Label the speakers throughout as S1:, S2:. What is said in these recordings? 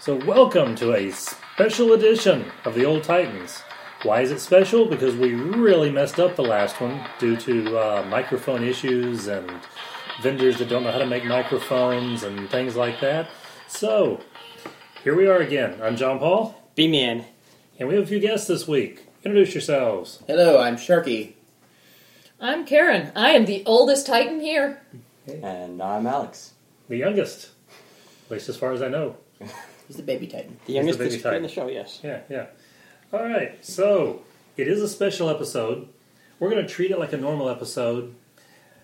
S1: So, welcome to a special edition of the Old Titans. Why is it special? Because we really messed up the last one due to uh, microphone issues and vendors that don't know how to make microphones and things like that. So, here we are again. I'm John Paul,
S2: Be man.
S1: and we have a few guests this week. Introduce yourselves.
S3: Hello, I'm Sharky.
S4: I'm Karen. I am the oldest Titan here.
S2: And I'm Alex.
S1: The youngest, at least as far as I know.
S3: He's the baby titan.
S2: The youngest
S1: the baby
S2: participant in the
S1: titan.
S2: show, yes.
S1: Yeah, yeah. All right, so it is a special episode. We're going to treat it like a normal episode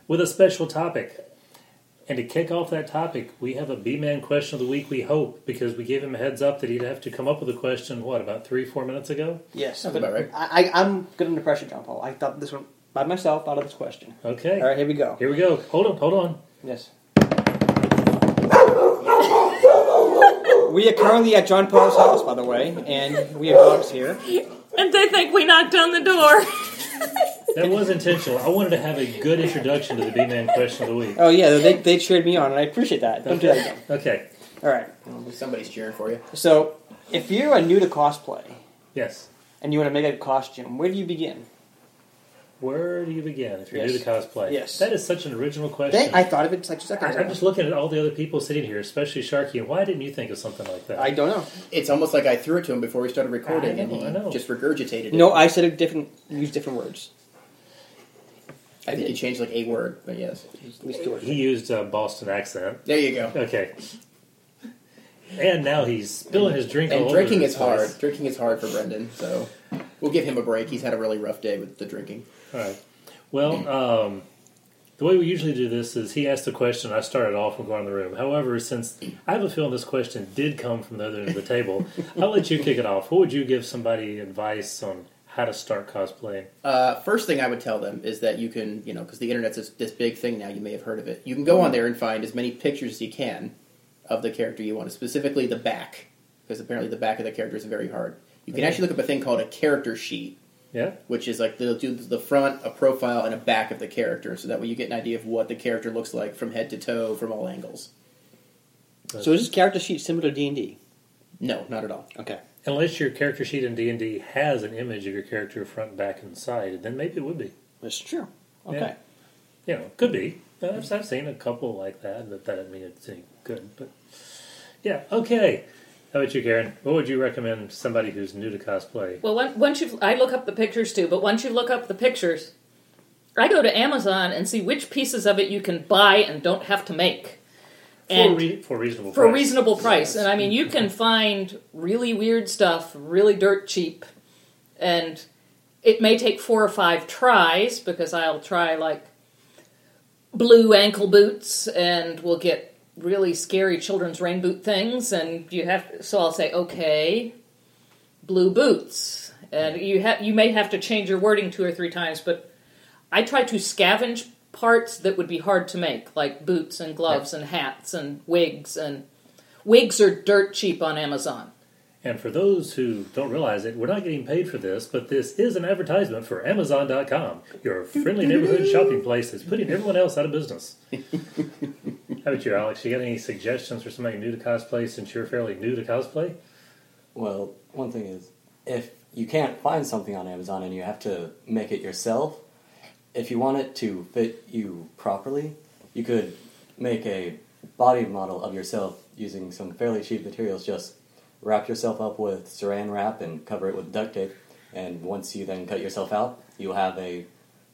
S1: with a special topic. And to kick off that topic, we have a B Man question of the week, we hope, because we gave him a heads up that he'd have to come up with a question, what, about three, four minutes ago?
S2: Yes.
S3: Sounds
S2: but
S3: about right.
S2: I, I, I'm good under pressure, John Paul. I thought this one by myself out of this question.
S1: Okay.
S2: All right, here we go.
S1: Here we go. Hold on, hold on.
S2: Yes. we are currently at John Paul's house, by the way, and we have dogs here.
S4: And they think we knocked on the door.
S1: That was intentional. I wanted to have a good introduction to the B Man question of the week.
S2: Oh, yeah, they, they cheered me on, and I appreciate that. Don't do that again.
S1: Okay,
S2: All right.
S3: Somebody's cheering for you.
S2: So, if you are new to cosplay
S1: yes.
S2: and you want to make a costume, where do you begin?
S1: Where do you begin if you're new
S2: Yes.
S1: to cosplay?
S2: Yes.
S1: That is such an original question.
S2: Dang, I thought of it like two
S1: I-
S2: seconds
S1: I'm
S2: ago.
S1: just looking at all the other people sitting here, especially Sharky. And why didn't you think of something like that?
S2: I don't know.
S3: It's almost like I threw it to him before we started recording,
S1: I know,
S3: and he
S1: I know.
S3: just regurgitated it.
S2: No, I said a different, used different words.
S3: I think he changed like a word, but yes.
S2: At least two words.
S1: he used a Boston accent.
S3: There you go.
S1: Okay. And now he's spilling his drink. all
S3: And
S1: over
S3: drinking
S1: this
S3: is hard.
S1: place.
S3: Drinking is hard for Brendan, so we'll give him a break. He's had a really rough day with the drinking.
S1: All right. Well, um, the way we usually do this is he asked the question. I started off and go around the room. However, since I have a feeling this question did come from the other end of the table, I'll let you kick it off. What would you give somebody advice on how to start cosplaying?
S3: Uh, first thing I would tell them is that you can, you know, because the internet's this, this big thing now, you may have heard of it. You can go on there and find as many pictures as you can of the character you want, specifically the back, because apparently the back of the character is very hard. You can actually look up a thing called a character sheet,
S1: Yeah.
S3: which is like they'll do the front, a profile, and a back of the character, so that way you get an idea of what the character looks like from head to toe, from all angles.
S2: So is this character sheet similar to D and D?
S3: No, not at all.
S2: Okay.
S1: Unless your character sheet in D and D has an image of your character front, back, and side, then maybe it would be.
S2: That's true. Okay.
S1: Yeah. You know, could be. I've, I've seen a couple like that, but that doesn't mean it's any good. But yeah, okay. How about you, Karen? What would you recommend to somebody who's new to cosplay?
S4: Well, on- once you, I look up the pictures too, but once you look up the pictures, I go to Amazon and see which pieces of it you can buy and don't have to make.
S1: For,
S4: And
S1: re- for reasonable
S4: for a
S1: price.
S4: reasonable price. And I mean, you can find really weird stuff really dirt cheap. And it may take four or five tries because I'll try like blue ankle boots and we'll get really scary children's rain boot things. And you have, so I'll say, okay, blue boots. And you have, you may have to change your wording two or three times, but I try to scavenge parts that would be hard to make, like boots and gloves and hats and wigs and wigs are dirt cheap on Amazon.
S1: And for those who don't realize it, we're not getting paid for this, but this is an advertisement for Amazon.com, your friendly neighborhood shopping place that's putting everyone else out of business. How about you, Alex? You got any suggestions for somebody new to cosplay since you're fairly new to cosplay?
S5: Well, one thing is, if you can't find something on Amazon and you have to make it yourself, if you want it to fit you properly, you could make a body model of yourself using some fairly cheap materials. Just wrap yourself up with saran wrap and cover it with duct tape, and once you then cut yourself out, you'll have a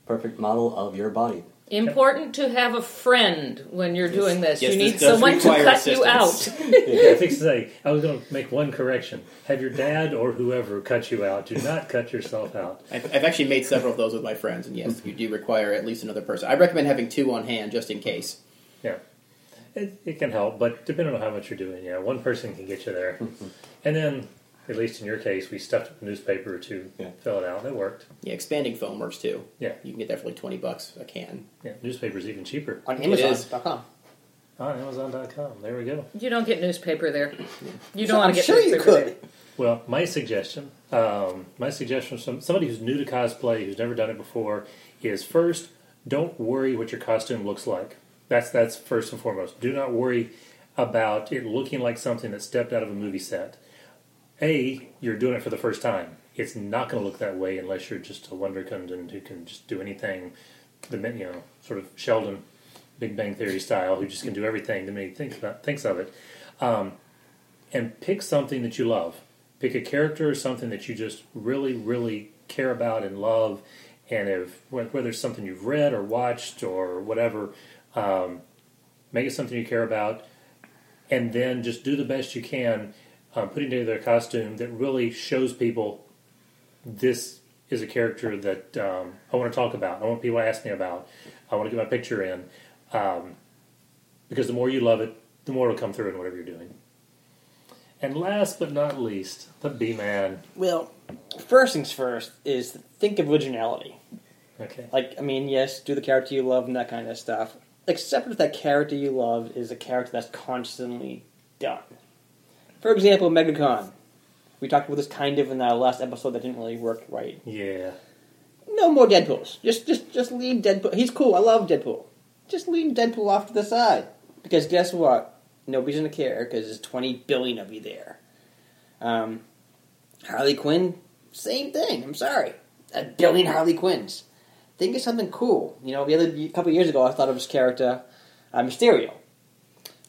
S5: perfect model of your body.
S4: Important to have a friend when you're doing this.
S3: Yes,
S4: you
S3: this
S4: need
S3: does
S4: someone to
S3: require
S4: cut
S3: assistance.
S4: you out.
S1: I think today, I was going to make one correction. Have your dad or whoever cut you out. Do not cut yourself out.
S3: I've, I've actually made several of those with my friends, and yes, you do require at least another person. I recommend having two on hand just in case.
S1: Yeah. It, it can help, but depending on how much you're doing, yeah, one person can get you there. and then, at least in your case, we stuffed a newspaper to
S5: Yeah.
S1: fill it out, and it worked.
S3: Yeah, expanding foam works too.
S1: Yeah.
S3: You can get that for like twenty bucks a can.
S1: Yeah, newspaper's even cheaper
S2: On
S3: is.
S2: Amazon.com.
S1: on Amazon.com. There we go.
S4: You don't get newspaper there. You don't
S2: So
S4: want
S2: I'm
S4: to get
S2: sure you
S4: newspaper
S2: could.
S4: there.
S1: Well, my suggestion, um, my suggestion for some, somebody who's new to cosplay, who's never done it before, is first, don't worry what your costume looks like. That's that's first and foremost. Do not worry. about it looking like something that stepped out of a movie set. A, you're doing it for the first time. It's not going to look that way unless you're just a Wonderkind and who can just do anything. The min- you know, sort of Sheldon, Big Bang Theory style, who just can do everything the minute he thinks about thinks of it. Um, and pick something that you love. Pick a character or something that you just really, really care about and love. And if wh- whether it's something you've read or watched or whatever, um, make it something you care about and then just do the best you can um, putting together a costume that really shows people this is a character that um, I want to talk about. I want people to ask me about. I want to get my picture in. Um, because the more you love it, the more it'll come through in whatever you're doing. And last but not least, the B Man.
S2: Well, first things first is think of originality.
S1: Okay.
S2: Like, I mean, yes, do the character you love and that kind of stuff. Except if that character you love is a character that's constantly done. For example, MegaCon. We talked about this kind of in our last episode that didn't really work right.
S1: Yeah.
S2: No more Deadpool's. Just, just, just leave Deadpool. He's cool. I love Deadpool. Just leave Deadpool off to the side. Because guess what? Nobody's gonna care because there's 20 billion of you there. Um, Harley Quinn, same thing. I'm sorry, a billion Harley Quinns. Think of something cool. You know, the other a couple years ago, I thought of his character, uh, Mysterio.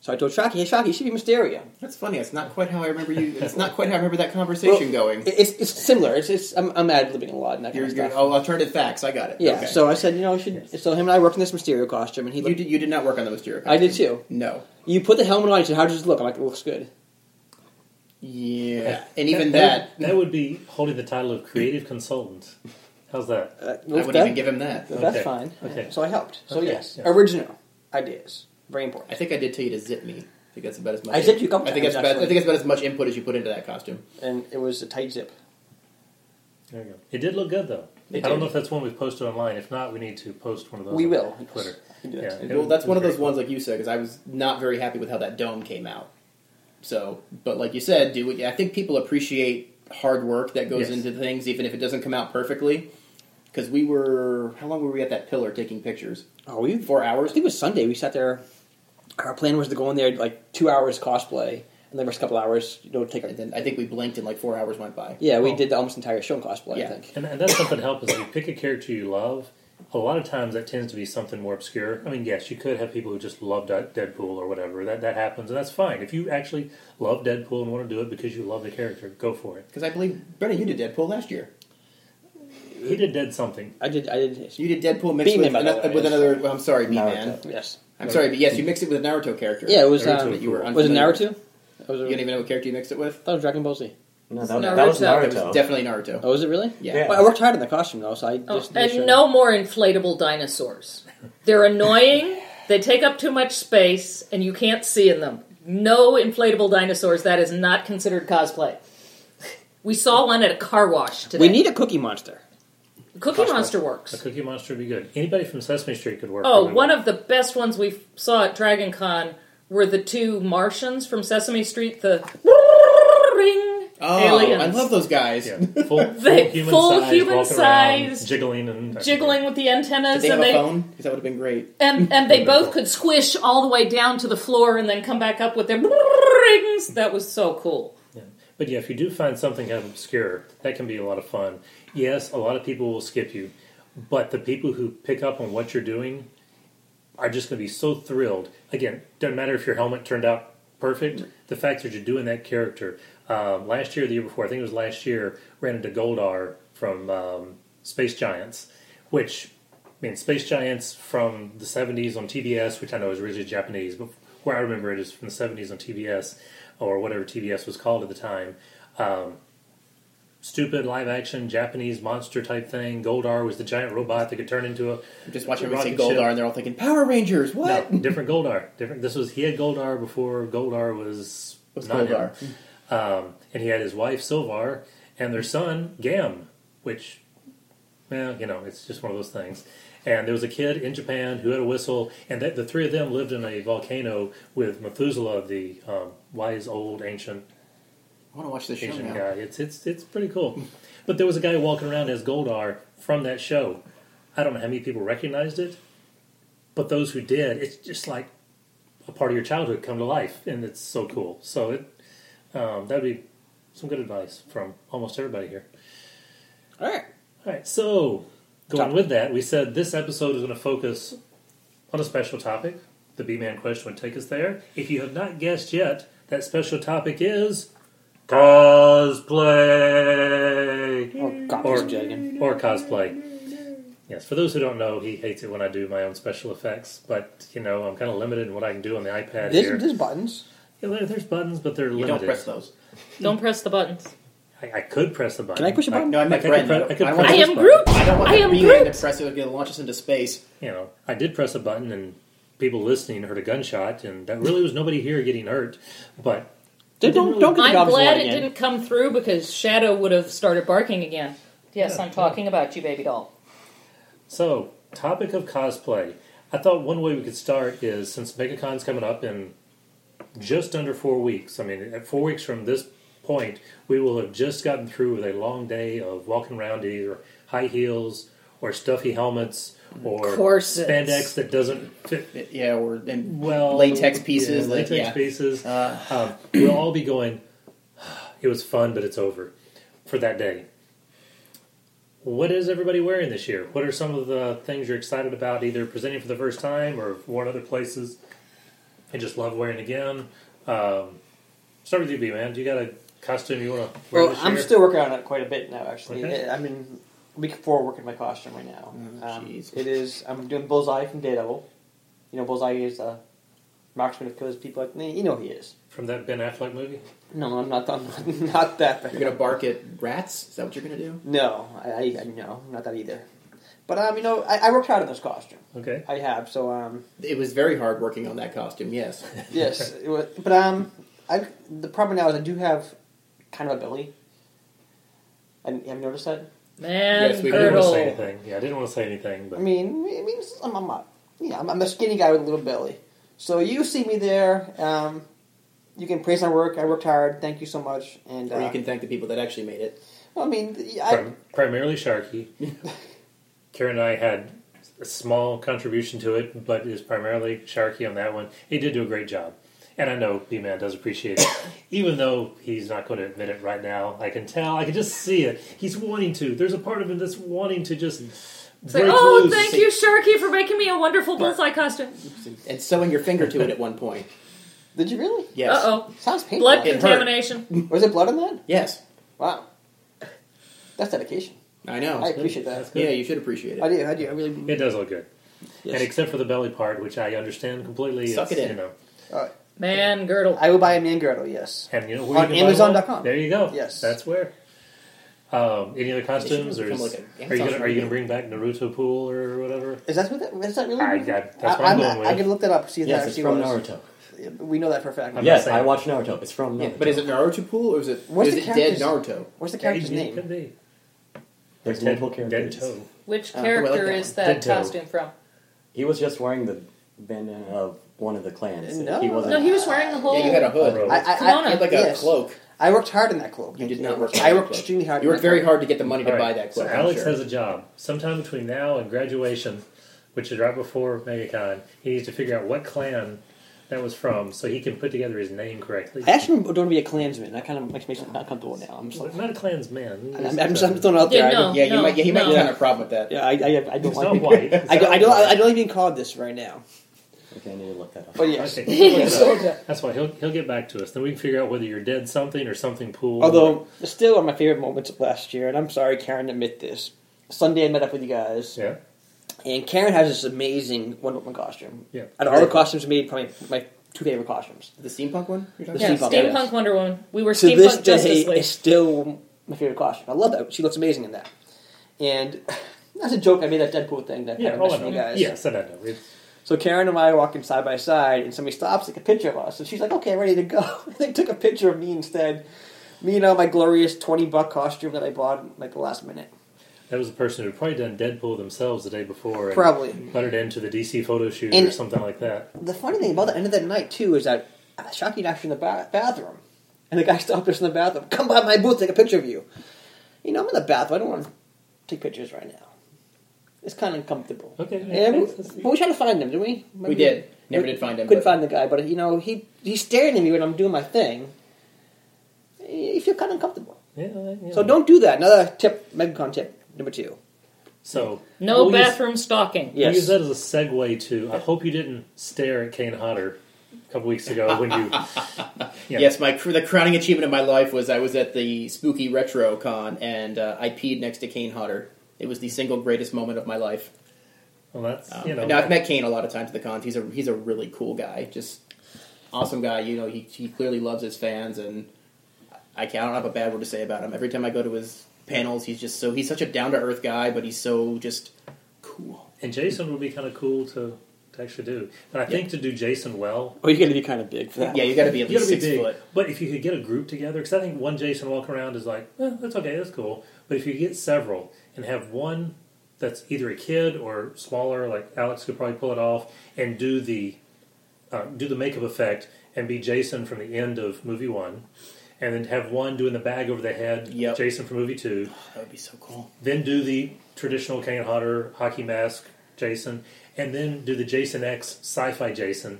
S2: So I told Shocky, "Hey, Shocky, you should be Mysterio."
S3: That's funny. It's not quite how I remember you. It's not quite how I remember that conversation going.
S2: It- It's, it's similar. It's, it's I'm, I'm ad libbing a lot and that kind
S3: You're,
S2: of
S3: you're,
S2: stuff.
S3: oh, alternative facts. I got it.
S2: Yeah.
S3: Okay.
S2: So I said, you know, I should. So him and I worked in this Mysterio costume, and he
S3: you
S2: looked,
S3: did, you did not work on the Mysterio.
S2: I did
S3: costume.
S2: too.
S3: No.
S2: You put the helmet on. You said, "How does this look?" I'm like, "It looks good."
S3: Yeah. And even that,
S1: that, that would be holding the title of creative consultant. How's that?
S2: Uh,
S3: I wouldn't even give him that.
S2: That's
S1: Okay.
S2: fine.
S1: Okay.
S2: So I helped. So
S1: Okay.
S2: yes,
S1: Yeah.
S2: original ideas, very
S3: I
S2: important.
S3: think I did tell you to zip me. I think that's about as much.
S2: I zipped you a couple
S3: I think
S2: times,
S3: that's about, I
S2: actually.
S3: think that's about as much input as you put into that costume.
S2: And it was a tight zip.
S1: There you go. It did look good though.
S3: It
S1: I don't
S3: did.
S1: know if that's one we've posted online. If not, we need to post one of those.
S2: We
S1: on
S2: will.
S1: Twitter.
S2: We do that.
S1: it
S3: well,
S1: was-
S3: that's
S1: it
S3: one of
S1: was
S3: those
S1: very
S3: ones, like you said, because I was not very happy with how that dome came out. So, but like you said, do what I think people appreciate hard work that goes
S1: Yes.
S3: into things, even if it doesn't come out perfectly. Because we were, how long were we at that pillar taking pictures?
S2: Oh, we
S3: Four hours.
S2: I think it was Sunday. We sat there. Our plan was to go in there like two hours cosplay, and the first couple hours, you know, take.
S3: And
S2: A,
S3: then I think we blinked and like four hours went by.
S2: yeah, we did the almost entire show in cosplay. I
S3: Oh. Yeah.
S2: think.
S1: And, and that's something to help is if you pick a character you love. A lot of times that tends to be something more obscure. I mean, yes, you could have people who just love De- Deadpool or whatever. That that happens, and that's fine. If you actually love Deadpool and want to do it because you love the character, go for it.
S3: Because I believe, Brennan, you did Deadpool last year.
S1: He did Dead something.
S2: I did. I did.
S3: You did Deadpool mixed
S2: Beeman,
S3: with,
S2: by the
S3: ano-
S2: way,
S3: with
S2: yes.
S3: another, well, I'm sorry, B-Man.
S5: Naruto.
S2: Yes.
S3: I'm sorry, but yes, you mixed it with a Naruto character.
S2: Yeah, it was.
S1: Naruto
S2: Um,
S1: was
S3: that you were
S2: was it
S3: unfamiliar with.
S2: Naruto? That was,
S3: You don't even know what character you mixed it with?
S2: that was Dragon Ball Z.
S5: No, that,
S4: Naruto.
S5: that was
S4: That
S5: Naruto.
S4: was
S3: It's definitely Naruto.
S2: Oh, was it really?
S3: Yeah.
S5: Yeah.
S2: Well, I worked hard on the costume though, so I
S4: Oh,
S2: just
S4: and no more inflatable dinosaurs. They're annoying. they take up too much space, and you can't see in them. No inflatable dinosaurs. That is not considered cosplay. We saw one at a car wash today.
S2: We need a Cookie Monster.
S4: Cookie Monster works.
S1: A Cookie Monster would be good. Anybody from Sesame Street could work.
S4: Oh,
S1: really
S4: one
S1: well.
S4: of the best ones we saw at Dragon Con were the two Martians from Sesame Street, the ring
S3: Oh,
S4: aliens.
S3: I love those guys.
S1: yeah, full, full
S4: They-
S1: human
S4: full
S1: size,
S4: human
S1: walking around,
S4: size,
S1: jiggling and
S4: Jiggling with the
S3: Did
S4: antennas,
S3: they have
S4: and
S3: a
S4: they
S3: phone? Because that would have been great.
S4: and, and they both could squish all the way down to the floor and then come back up with their rings. That was so cool.
S1: Yeah. But yeah, if you do find something kind of obscure, that can be a lot of fun. Yes, a lot of people will skip you, but the people who pick up on what you're doing are just going to be so thrilled. Again, doesn't matter if your helmet turned out
S3: Mm.
S1: perfect. The fact that you're doing that character. Um, last year, the year before, I think it was last year, ran into Goldar from um, Space Giants, which I mean, Space Giants from the 70s on TBS, which I know is originally Japanese, but where I remember it is from the 70s on TBS, or whatever TBS was called at the time. Um, stupid live action Japanese monster type thing. Goldar was the giant robot that could turn into a.
S3: I'm just watching
S1: a
S3: everybody say
S1: rocket ship.
S3: Goldar, and they're all thinking Power Rangers.
S1: No,
S3: What?
S1: different Goldar. Different. This was he had Goldar before Goldar was,
S3: What's
S1: not him.
S3: Goldar?
S1: Um, and he had his wife Silvar and their son Gam, which, well, you know, it's just one of those things. And there was a kid in Japan who had a whistle, and that, the three of them lived in a volcano with Methuselah, the um, wise old ancient
S3: I want to watch this show
S1: Asian
S3: now.
S1: guy. It's it's it's pretty cool. But there was a guy walking around as Goldar from that show. I don't know how many people recognized it, but those who did, it's just like, a part of your childhood come to life, and it's so cool. So it um, that'd be some good advice from almost everybody here.
S2: All right.
S1: All right, so going
S2: Topic.
S1: with that, we said this episode is going to focus on a special topic. The B Man question would take us there. If you have not guessed yet, that special topic is cosplay
S2: Oh, God,
S1: Or-
S2: Mr. Jagan.
S1: or cosplay. Yes, for those who don't know, he hates it when I do my own special effects, but you know, I'm kind of limited in what I can do on the iPad
S2: There's,
S1: here.
S2: there's buttons.
S1: Yeah, there- there's buttons, but they're
S3: You
S1: limited.
S3: don't press those.
S4: Don't press the buttons.
S1: I, I could press a button.
S2: Can I push a button?
S3: No, I
S1: I,
S3: meant
S1: could,
S3: Brent.
S1: pre- I could
S3: I
S1: press
S3: want-
S4: I
S1: this
S4: am
S1: button.
S4: Groot.
S3: I don't want
S4: I
S3: that
S4: am
S3: relay to
S4: Groot.
S3: press it. It's going to launch us into space.
S1: you know, I did press a button and people listening heard a gunshot, and that really was nobody here getting hurt. But
S2: Dude, don't, don't get the
S4: I'm
S2: dogs
S4: glad
S2: light
S4: it
S2: again.
S4: didn't come through because Shadow would have started barking again. Yes, I'm talking about you, baby doll.
S1: so, topic of cosplay. I thought one way we could start is since MegaCon's coming up in just under four weeks. I mean, at four weeks from this point, we will have just gotten through with a long day of walking around in either high heels or stuffy helmets or
S4: Corsets.
S1: spandex that doesn't fit
S3: Yeah, or and
S1: well
S3: latex pieces.
S1: yeah,
S3: like-
S1: latex
S3: yeah. Uh,
S1: pieces. um, we'll all be going. It was fun, but it's over for that day. What is everybody wearing this year? What are some of the things you're excited about, either presenting for the first time or worn other places and just love wearing again? Um, start with you, B man. Do you got a costume you want to wear
S2: Well,
S1: this
S2: Oh, I'm
S1: year?
S2: still working on it quite a bit now. Actually,
S1: Okay.
S2: I- I'm in week four working my costume right now.
S3: Oh,
S2: um,
S3: jeez.
S2: it is. I'm doing Bullseye from Daredevil. You know, Bullseye is a marksman who kills people. Like you know, he is.
S1: from that Ben Affleck movie.
S2: No, I'm not. I'm not, not that. Bad.
S3: You're going to bark at rats? Is that what you're going to do?
S2: No, I, I I- no, not that either. But um, you know, I, I worked hard on this costume.
S1: Okay,
S2: I have so um,
S3: It was very hard working on that costume, yes.
S2: yes, it was, but um, I the problem now is I do have kind of a belly. And have you noticed that?
S4: Man,
S3: Yes, we
S1: I didn't want to say
S4: girdle.
S1: anything. Yeah, I didn't want to say anything, but
S2: I mean, it means I'm, I'm a, yeah, I'm, I'm a skinny guy with a little belly. So you see me there. Um, you can praise my work. I worked hard. Thank you so much. And uh,
S3: Or you can thank the people that actually made it.
S2: I mean, the- I,
S1: Prim- primarily Sharky. Karen and I had a small contribution to it, but it was primarily Sharky on that one. He did do a great job. And I know B Man does appreciate it. Even though he's not going to admit it right now, I can tell. I can just see it. He's wanting to. There's a part of him that's wanting to just
S4: It's like,
S1: break
S4: oh,
S1: loose.
S4: thank you, Sharky, for making me a wonderful bullseye costume.
S3: And sewing your finger to it at one point.
S2: did you really?
S3: Yes.
S4: Uh oh.
S2: Sounds painful.
S4: Blood
S3: It hurt.
S4: contamination.
S2: Was there blood on that?
S3: Yes.
S2: Wow, that's dedication.
S3: I know.
S2: I appreciate that.
S3: yeah, you should appreciate it.
S2: I do. I do. I really.
S1: It does look good. And except for the belly part, which I understand completely.
S3: Suck
S1: it's,
S3: it in.
S1: You know,
S2: Uh,
S4: Man, girdle.
S2: I will buy a man girdle. Yes.
S1: and you know where
S2: On
S1: you can buy one?
S2: Amazon.com.
S1: There you go.
S2: Yes.
S1: that's where. Um, any other
S3: should
S1: costumes, or
S3: become
S1: is,
S3: like an
S1: are you
S3: Amazon
S1: gonna, are you
S3: shop.
S1: gonna bring back Naruto Pool or whatever?
S2: Is that what that? Is that really?
S1: I- I- that's what I'm
S2: I,
S1: going with.
S2: I can look that up. See if
S5: Yes,
S2: that
S5: it's
S2: actually
S5: from
S2: was.
S5: Naruto.
S2: We know that for a fact.
S1: I'm not
S5: yes,
S1: saying-
S5: I watched Naruto. It's from Naruto.
S3: Yeah, but is it Naruto pool or is it,
S2: What's
S3: is
S2: the
S3: it dead
S2: character's-
S3: Naruto?
S2: What's the
S1: It
S2: character's name?
S1: could be.
S5: There's
S1: Dead,
S5: multiple
S1: dead
S5: characters.
S1: toe.
S4: Which
S2: Uh,
S3: I
S4: character
S3: like that
S4: is
S3: one.
S4: that
S1: Dead toe.
S4: costume from?
S5: He was just wearing the bandana of one of the clans.
S2: No.
S5: he wasn't.
S4: No, he was wearing the whole.
S3: Yeah, you had a hood.
S1: Bro.
S2: I, I,
S4: Kimono.
S2: I
S3: You
S4: He
S3: had like
S2: Oh, yes.
S3: a cloak.
S2: I worked hard in that cloak.
S3: You did not work
S2: I
S3: hard
S2: worked
S3: cloak.
S2: extremely hard.
S3: You
S2: in
S3: worked
S2: that
S3: very
S2: cloak.
S3: hard to get the money to
S1: All
S3: buy
S1: right,
S3: that
S1: So
S3: cloak. I'm
S1: Alex
S3: sure.
S1: has a job sometime between now and graduation, which is right before MegaCon. He needs to figure out what clan that was from, so he can put together his name correctly.
S2: I actually don't want to be a Klansman. That kind of makes me not comfortable now. I'm just like,
S1: Well, not a clansman.
S2: I'm, I'm just I'm throwing it out there.
S4: Yeah,
S2: I don't-
S3: yeah, you
S4: No,
S3: might, yeah, he might
S4: no.
S3: have a problem with that.
S2: yeah, I, I, I don't
S1: He's
S2: like.
S1: not white.
S2: I don't, I don't. I don't like being called this right now.
S5: Okay, I need to look that up.
S2: But yes,
S1: Okay, he'll look it up.
S4: Soldier.
S1: That's why he'll he'll get back to us. Then we can figure out whether you're dead something or something pool.
S2: although still one of my favorite moments of last year, and I'm sorry, Karen, to admit this. Sunday, I met up with you guys,
S1: yeah,
S2: and Karen has this amazing Wonder Woman costume.
S1: yeah.
S2: Out of all the costumes made, probably my two favorite costumes.
S3: The steampunk one? You're talking
S2: Yeah.
S4: Yeah,
S3: about?
S2: Steampunk.
S4: Steampunk Wonder Woman. We were
S2: to this
S4: Steampunk
S2: day
S4: Justice League.
S2: is still my favorite costume. I love that. She looks amazing in that. And that's a joke. I made that Deadpool thing that
S1: Yeah,
S2: kind of
S1: oh, I
S2: messed
S1: know.
S2: with you guys.
S1: Yes, I know. It's-
S2: So Karen and I are walking side by side, and somebody stops to take a picture of us. And she's like, "Okay, ready to go." And they took a picture of me instead. Me and all my glorious twenty buck costume that I bought like the last minute.
S1: that was a person who had probably done Deadpool themselves the day before. And
S2: Probably.
S1: let it into the DC photo shoot or
S2: And-
S1: something like that.
S2: The funny thing about the end of that night too is that Shocky dashed in the ba- bathroom, and the guy stopped us in the bathroom. Come by my booth, take a picture of you. You know, I'm in the bathroom. I don't want to take pictures right now. It's kind of uncomfortable.
S1: Okay.
S2: Yeah, we,
S1: Thanks.
S2: but we tried to find him, didn't we?
S3: We did. Never did find him.
S2: Couldn't
S3: but
S2: find the guy, but you know, he he's staring at me when I'm doing my thing. You feel kind of uncomfortable.
S1: Yeah, yeah.
S2: So don't do that. Another tip, MegaCon tip number two.
S1: So
S4: No
S1: we'll use-
S4: bathroom stalking.
S2: Yeah. Yes.
S1: We'll use that as a segue to. I hope you didn't stare at Kane Hodder a couple weeks ago when you. Yeah.
S3: Yes, my cr- the crowning achievement of my life was I was at the spooky retro con and uh, I peed next to Kane Hodder. It was the single greatest moment of my life.
S1: Well, that's
S3: Um,
S1: you know.
S3: now I've met Kane a lot of times at the cons. He's a he's a really cool guy, just awesome guy. You know, he he clearly loves his fans, and I, can't- I don't have a bad word to say about him. Every time I go to his panels, he's just so he's such a down to earth guy, but he's so just cool.
S1: and Jason would be kind of cool to, to actually do, but I think to do Jason well,
S2: Oh, you're going to be kind of big for that.
S3: Yeah, you got to be at
S1: you
S3: least
S1: gotta be
S3: six
S1: big.
S3: foot.
S1: But if you could get a group together, because I think one Jason walking around is like, eh, that's okay, that's cool. But if you get several and have one that's either a kid or smaller, like Alex could probably pull it off, and do the uh, do the makeup effect and be Jason from the end of movie one, and then have one doing the bag over the head,
S3: Yep.
S1: Jason from movie two,
S3: That would be so cool.
S1: then do the traditional Kane Hodder hockey mask Jason, and then do the Jason X sci-fi Jason.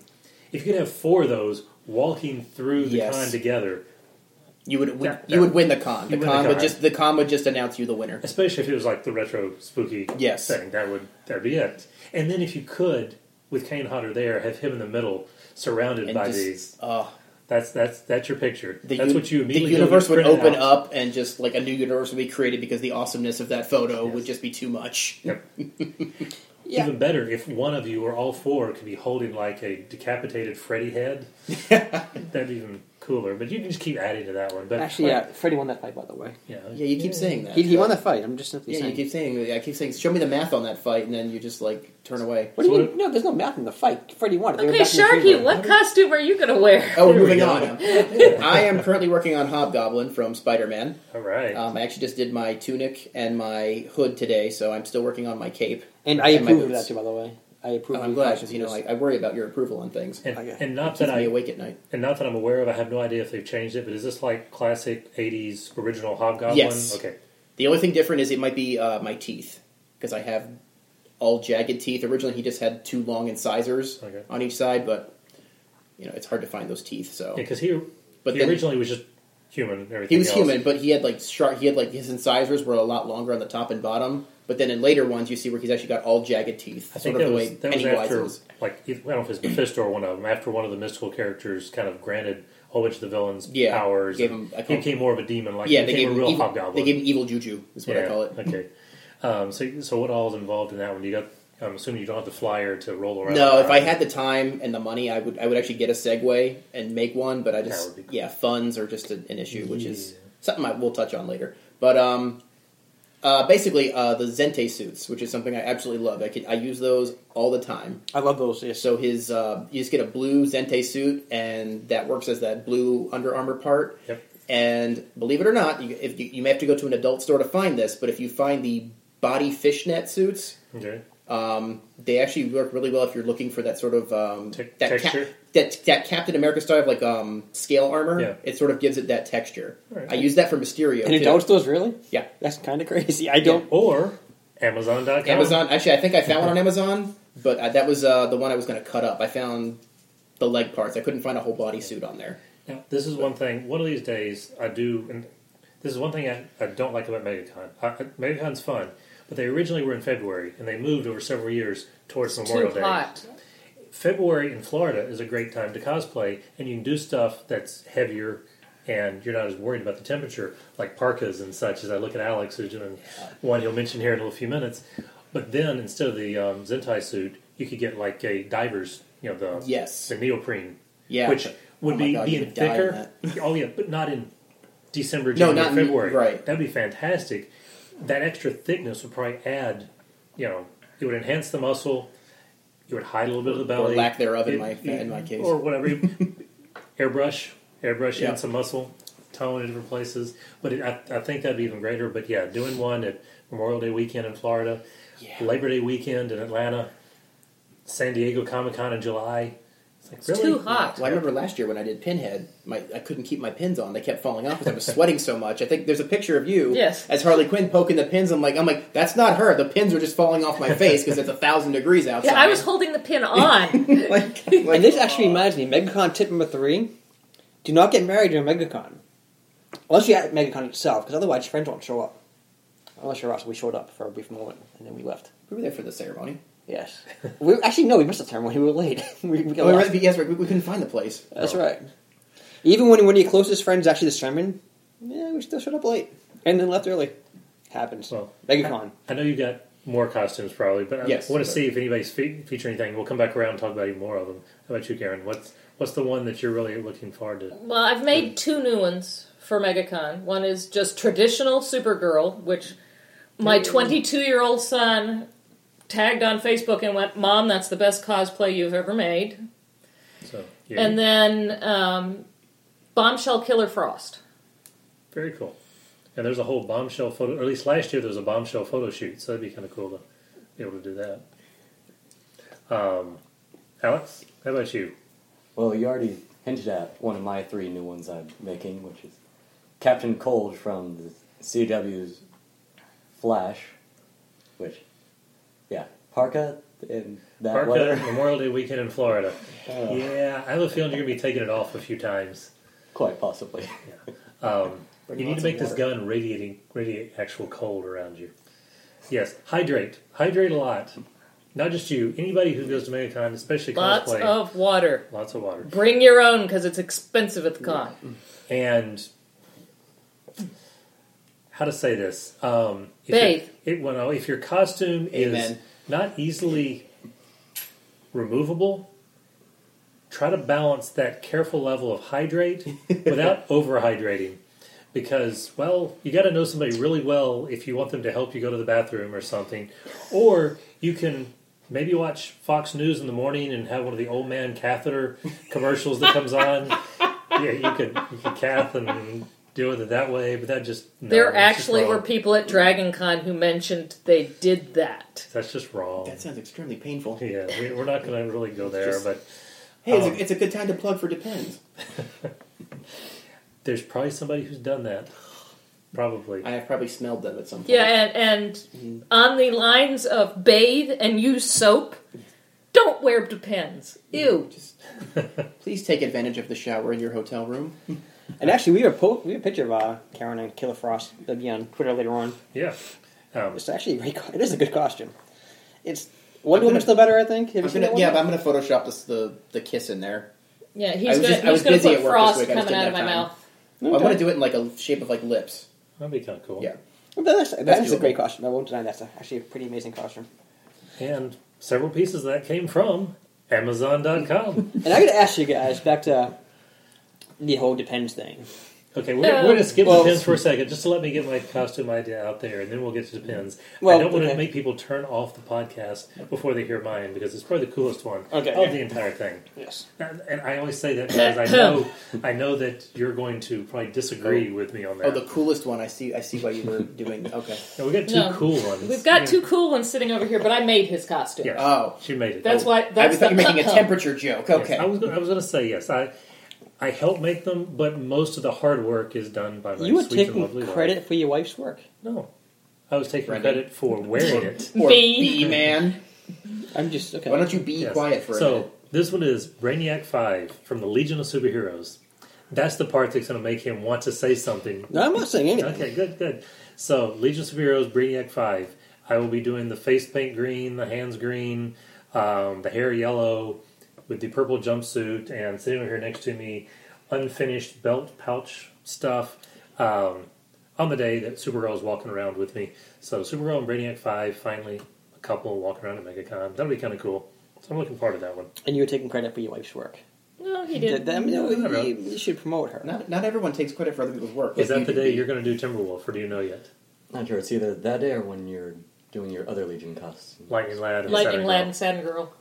S1: If you could have four of those walking through the
S3: Yes.
S1: con together,
S3: You would win,
S1: Yeah,
S3: you
S1: yeah.
S3: would win the con. The
S1: You win the
S3: con would
S1: con.
S3: just the con would just announce you the winner.
S1: especially if it was like the retro spooky
S3: Yes.
S1: thing, that would that'd be it. And then if you could, with Kane Hodder there, have him in the middle, surrounded
S3: And
S1: by
S3: just,
S1: these.
S3: oh,
S1: That's that's that's your picture.
S3: the
S1: that's
S3: uni-
S1: what you
S3: the
S1: immediately go
S3: universe would
S1: print
S3: open
S1: out.
S3: up and just like a new universe would be created because the awesomeness of that photo would just be too much.
S1: Yep.
S2: Yeah.
S1: Even better if one of you or all four could be holding like a decapitated Freddy head. That'd be even cooler. But you can just keep adding to that one. But
S2: Actually, yeah, Freddie won that fight, by the way.
S1: yeah,
S3: Yeah, you keep saying that.
S2: He, he won that fight. I'm just simply
S3: Yeah,
S2: saying.
S3: you keep saying. I keep saying, show me the math on that fight, and then you just like turn away.
S2: What do you
S1: So
S2: mean? No, there's no math in the fight. Freddie won. They were
S4: Okay,
S2: back in the
S4: Sharky,
S2: freezer.
S4: what costume are you going to wear?
S3: Oh,
S1: There we
S3: moving
S1: go.
S3: on. I am currently working on Hobgoblin from Spider-Man.
S1: All right.
S3: Um, I actually just did my tunic and my hood today, so I'm still working on my cape.
S2: And I
S3: And my
S2: approve of that
S3: boots.
S2: too, by the way. I approve.
S3: Oh,
S2: of
S3: I'm
S2: your
S3: glad
S2: actions.
S3: because you know I, I worry about your approval on things.
S1: and,
S2: okay.
S1: and not that
S3: Keeps me
S1: I
S3: awake at night.
S1: and not that I'm aware of. I have no idea if they've changed it. But is this like classic '80s original Hobgoblin?
S3: Yes.
S1: Okay.
S3: The only thing different is it might be uh, my teeth because I have all jagged teeth. Originally, he just had two long incisors
S1: Okay.
S3: on each side, but you know it's hard to find those teeth. So
S1: Because he,
S3: But
S1: he
S3: then-
S1: originally was just human. and Everything
S3: He was
S1: else.
S3: human, but he had like sharp. He had like his incisors were a lot longer on the top and bottom. But then in later ones, you see where he's actually got all jagged teeth,
S1: I
S3: sort
S1: think
S3: of
S1: that
S3: the
S1: was,
S3: way
S1: that was
S3: Pennywise
S1: after,
S3: was.
S1: like, I don't know if it's Mephisto or one of them, after one of the mystical characters kind of granted a whole bunch of the villains
S3: Yeah,
S1: powers.
S3: gave
S1: and
S3: him a
S1: he became more of a demon, like,
S3: Yeah,
S1: he
S3: they
S1: became
S3: gave,
S1: a
S3: him
S1: real
S3: evil,
S1: hobgoblin.
S3: they gave him evil juju. Is what
S1: Yeah,
S3: I call it.
S1: Okay. Um, so, so what all is involved in that one? You got, I'm assuming you don't have the flyer to roll around.
S3: No, if I
S1: right?
S3: had the time and the money, I would I would actually get a Segway and make one. But I
S1: That
S3: just
S1: would be cool.
S3: yeah, funds are just an, an issue, which is
S1: Yeah.
S3: something I will touch on later. But um, uh, basically uh, the Zente suits, which is something I absolutely love. I could, I use those all the time.
S2: I love those. Yes.
S3: So his, uh, you just get a blue Zente suit, and that works as that blue Under Armour part.
S1: Yep.
S3: And believe it or not, you, if you, you may have to go to an adult store to find this, but if you find the body fishnet suits,
S1: Okay.
S3: um, they actually work really well if you're looking for that sort of um,
S1: Tec-
S3: that
S1: texture?
S3: that, that Captain America style of like um, scale armor.
S1: Yeah.
S3: It sort of gives it that texture.
S1: All right.
S3: I use that for Mysterio.
S2: and
S3: too.
S2: indulge those really?
S3: Yeah.
S2: That's kind of crazy. I don't.
S1: Or Amazon.com.
S3: Amazon. Actually, I think I found one on Amazon, but I, that was uh, the one I was going to cut up. I found the leg parts. I couldn't find a whole body suit on there.
S1: Now, this is one thing. One of these days, I do, and this is one thing I, I don't like about MegaCon. I, I- MegaCon's fun, but they originally were in February, and they moved over several years towards Memorial
S4: Too
S1: Day.
S4: hot.
S1: February in Florida is a great time to cosplay, and you can do stuff that's heavier, and you're not as worried about the temperature, like parkas and such. As I look at Alex, who's doing one he'll mention here in a little few minutes. But then instead of the um, Zentai suit, you could get like a diver's, you know, the
S3: Yes.
S1: the neoprene,
S3: Yeah,
S1: which
S3: but-
S1: would
S3: oh my
S1: be
S3: God, you
S1: being
S3: would die in
S1: thicker. oh yeah, but not in December,
S3: No,
S1: January,
S3: not in-
S1: February.
S3: right.
S1: That'd be fantastic. That extra thickness would probably add, you know, it would enhance the muscle. You would hide a little bit of the
S3: Or
S1: belly,
S3: lack thereof in
S1: It-
S3: my in my case.
S1: or whatever. airbrush, airbrush
S3: Yeah.
S1: in some muscle tone in different places. But it, I, I think that'd be even greater. But yeah, doing one at Memorial Day weekend in Florida,
S3: Yeah.
S1: Labor Day weekend in Atlanta, San Diego Comic Con in July. It's It's
S4: too hot.
S3: Well, I remember last year when I did Pinhead, my, I couldn't keep my pins on. They kept falling off because I was sweating so much. I think there's a picture of you
S4: Yes.
S3: as Harley Quinn poking the pins. I'm like, I'm like, that's not her. The pins are just falling off my face because it's a thousand degrees outside.
S4: Yeah, I was holding the pin on.
S3: like, oh.
S2: and this actually reminds me, MegaCon tip number three: do not get married during MegaCon, unless you're at MegaCon itself, because otherwise your friends won't show up. Unless you're us, we showed up for a brief moment and then we left.
S3: we were there for the ceremony.
S2: Yes, we actually no, we missed the ceremony. We were late. we, we got
S3: Oh, we were
S2: lost.
S3: at the- yes, we, we couldn't find the place.
S2: That's right. Even when one of your closest friends actually the sermon, yeah, we still showed up late and then left early. Happens.
S1: Well,
S2: MegaCon.
S1: I know you got more costumes probably, but I
S3: Yes.
S1: want to see if anybody's fe- featuring anything. We'll come back around and talk about even more of them. How about you, Karen? What's what's the one that you're really looking forward to?
S4: Well, I've made two new ones for MegaCon. One is just traditional Supergirl, which my 22 year old son tagged on Facebook and went, Mom, that's the best cosplay you've ever made.
S1: So yeah,
S4: And then um, Bombshell Killer Frost.
S1: very cool. And there's a whole bombshell photo, or at least last year there was a bombshell photo shoot, so that'd be kind of cool to be able to do that. Um, Alex, how about you?
S5: Well, you already hinted at one of my three new ones I'm making, which is Captain Cold from the CW's Flash, which, yeah, Parka and that
S1: Parka
S5: weather.
S1: Memorial Day weekend in Florida.
S5: Uh,
S1: Yeah, I have a feeling you're gonna be taking it off a few times.
S5: Quite possibly.
S1: Um,
S3: Bring
S1: you need to
S3: lots
S1: make
S3: of
S1: this
S3: water.
S1: gun radiating radiate actual cold around you. Yes, hydrate, hydrate a lot. Not just you, anybody who goes to MegaCon, especially
S4: Lots
S1: cosplay,
S4: of water.
S1: lots of water,
S4: Bring your own because it's expensive at the con.
S1: and how to say this? Um, if
S4: Bathe.
S1: your- It, well, if your costume is
S3: Amen.
S1: not easily removable, try to balance that careful level of hydrate without overhydrating. Because, well, you got to know somebody really well if you want them to help you go to the bathroom or something. Or you can maybe watch Fox News in the morning and have one of the old man catheter commercials that comes on. yeah, you could, you could cath and deal with it that way, but that just. No,
S4: there
S1: that's just
S4: actually
S1: wrong.
S4: were people at Dragon Con who mentioned they did that.
S1: That's just wrong.
S3: That sounds extremely painful. Hey,
S1: yeah, we, we're not going to really go there,
S3: Just-
S1: but
S3: it's,
S1: Um,
S3: a, it's a good time to plug for Depends.
S1: there's probably somebody who's done that. Probably.
S3: I have probably smelled them at some point.
S4: Yeah, and,
S3: Mm.
S4: and on the lines of bathe and use soap, don't wear depends.
S3: Mm.
S4: Ew.
S3: Just please take advantage of the shower in your hotel room.
S2: And actually, we have a, po- we have a picture of uh, Karen and Killer Frost. That'll be on Twitter later on.
S1: Yeah. Um,
S2: It's actually a great. Co- it is a good costume. It's Wonder Woman's still better, I think. Have you
S3: I'm
S2: seen
S3: gonna-
S2: that one?
S3: yeah, but I'm going to Photoshop this, the the kiss in there.
S4: Yeah,
S3: I
S4: he's
S3: was
S4: gonna,
S3: just- I was
S4: he's gonna
S3: busy
S4: put
S3: at work this
S4: frost
S3: week, I just
S4: coming
S3: didn't
S4: out of my
S3: have time.
S4: mouth.
S2: Okay.
S3: I want to do it in like a shape of like lips.
S1: that'd be kind of cool.
S3: Yeah.
S2: But That's, that's a
S3: doable.
S2: great costume. I won't deny that's a, actually a pretty amazing costume.
S1: And several pieces of that came from Amazon.com.
S2: And I gotta ask you guys back to the whole depends thing.
S1: okay, we're, we're going to skip
S2: Well-
S1: the pins for a second just to let me get my costume idea out there, and then we'll get to the pins.
S2: Well,
S1: I don't want to
S2: okay.
S1: make people turn off the podcast before they hear mine because it's probably the coolest one
S2: Okay.
S1: of the entire thing.
S2: Yes.
S1: And, and I always say that because I know I know that you're going to probably disagree with me on that.
S3: Oh, the coolest one. I see. I see why you were doing. Okay.
S1: No, we got two
S4: No.
S1: cool ones.
S4: We've got two cool ones sitting over here, but I made his costume.
S1: Yeah.
S3: Oh,
S1: She made it.
S4: That's
S1: Oh,
S4: why.
S3: I
S4: That's
S3: was thought you
S4: the
S3: were making a
S4: pop-up.
S3: temperature joke.
S1: yes.
S3: Okay.
S1: I was gonna, I was going to say yes. I I help make them, but most of the hard work is done by my
S2: you were
S1: sweet and
S2: taking
S1: lovely wife.
S2: credit for your wife's work.
S1: No, I was taking
S3: Brendan.
S1: credit for wearing it.
S3: Or
S4: Bee.
S3: bee man.
S2: I'm just okay.
S3: Why don't you be
S1: Yes.
S3: quiet for a
S1: so
S3: minute?
S1: this one is Brainiac Five from the Legion of Superheroes. That's the part that's going to make him want to say something
S2: no, I'm not saying anything.
S1: Okay, good, good. So, Legion of Superheroes Brainiac 5. I will be doing the face paint green, the hands green, um, the hair yellow, with the purple jumpsuit, and sitting over here next to me, unfinished belt pouch stuff um, on the day that Supergirl is walking around with me. So, Supergirl and Brainiac 5, finally, a couple walking around at MegaCon. That'll be kind of cool. So, I'm looking forward to that one.
S2: And you were taking credit for your wife's work.
S4: No, he
S2: That,
S4: didn't.
S2: that- I mean,
S1: No, no, no.
S2: you, you should promote her.
S3: Not, not everyone takes credit for other people's work.
S1: Is
S3: but
S1: that
S3: you
S1: the
S3: do
S1: day
S3: be.
S1: you're going to do Timberwolf, or do you know yet?
S5: Not sure, it's either that day or when you're doing your other Legion costume.
S1: Lightning Lad and
S4: Lightning
S1: Saturn
S4: Lad
S1: Girl.
S4: and Saturn Girl.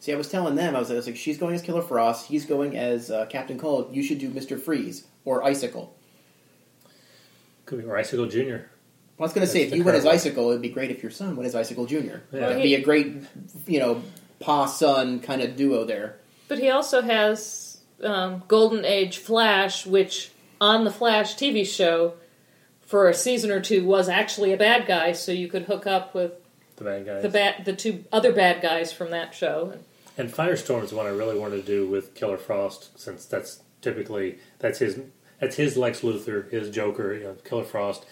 S3: See, I was telling them, I was, I was like, she's going as Killer Frost, he's going as uh, Captain Cold. You should do Mister Freeze or Icicle.
S1: Could be or Icicle Jr.
S3: Well, I was going to say,
S1: That's
S3: if
S1: the
S3: you went as
S1: current one.
S3: Icicle, it'd be great if your son went as Icicle Junior.
S1: Yeah.
S3: That'd be a great, you know, pa son kind of duo there.
S4: But he also has um, Golden Age Flash, which on the Flash TV show for a season or two was actually a bad guy, so you could hook up with
S1: The bad guys.
S4: the bat, the two other bad guys from that show.
S1: And Firestorm's the one I really wanted to do with Killer Frost, since that's typically that's his that's his Lex Luthor, his Joker, you know, Killer Frost.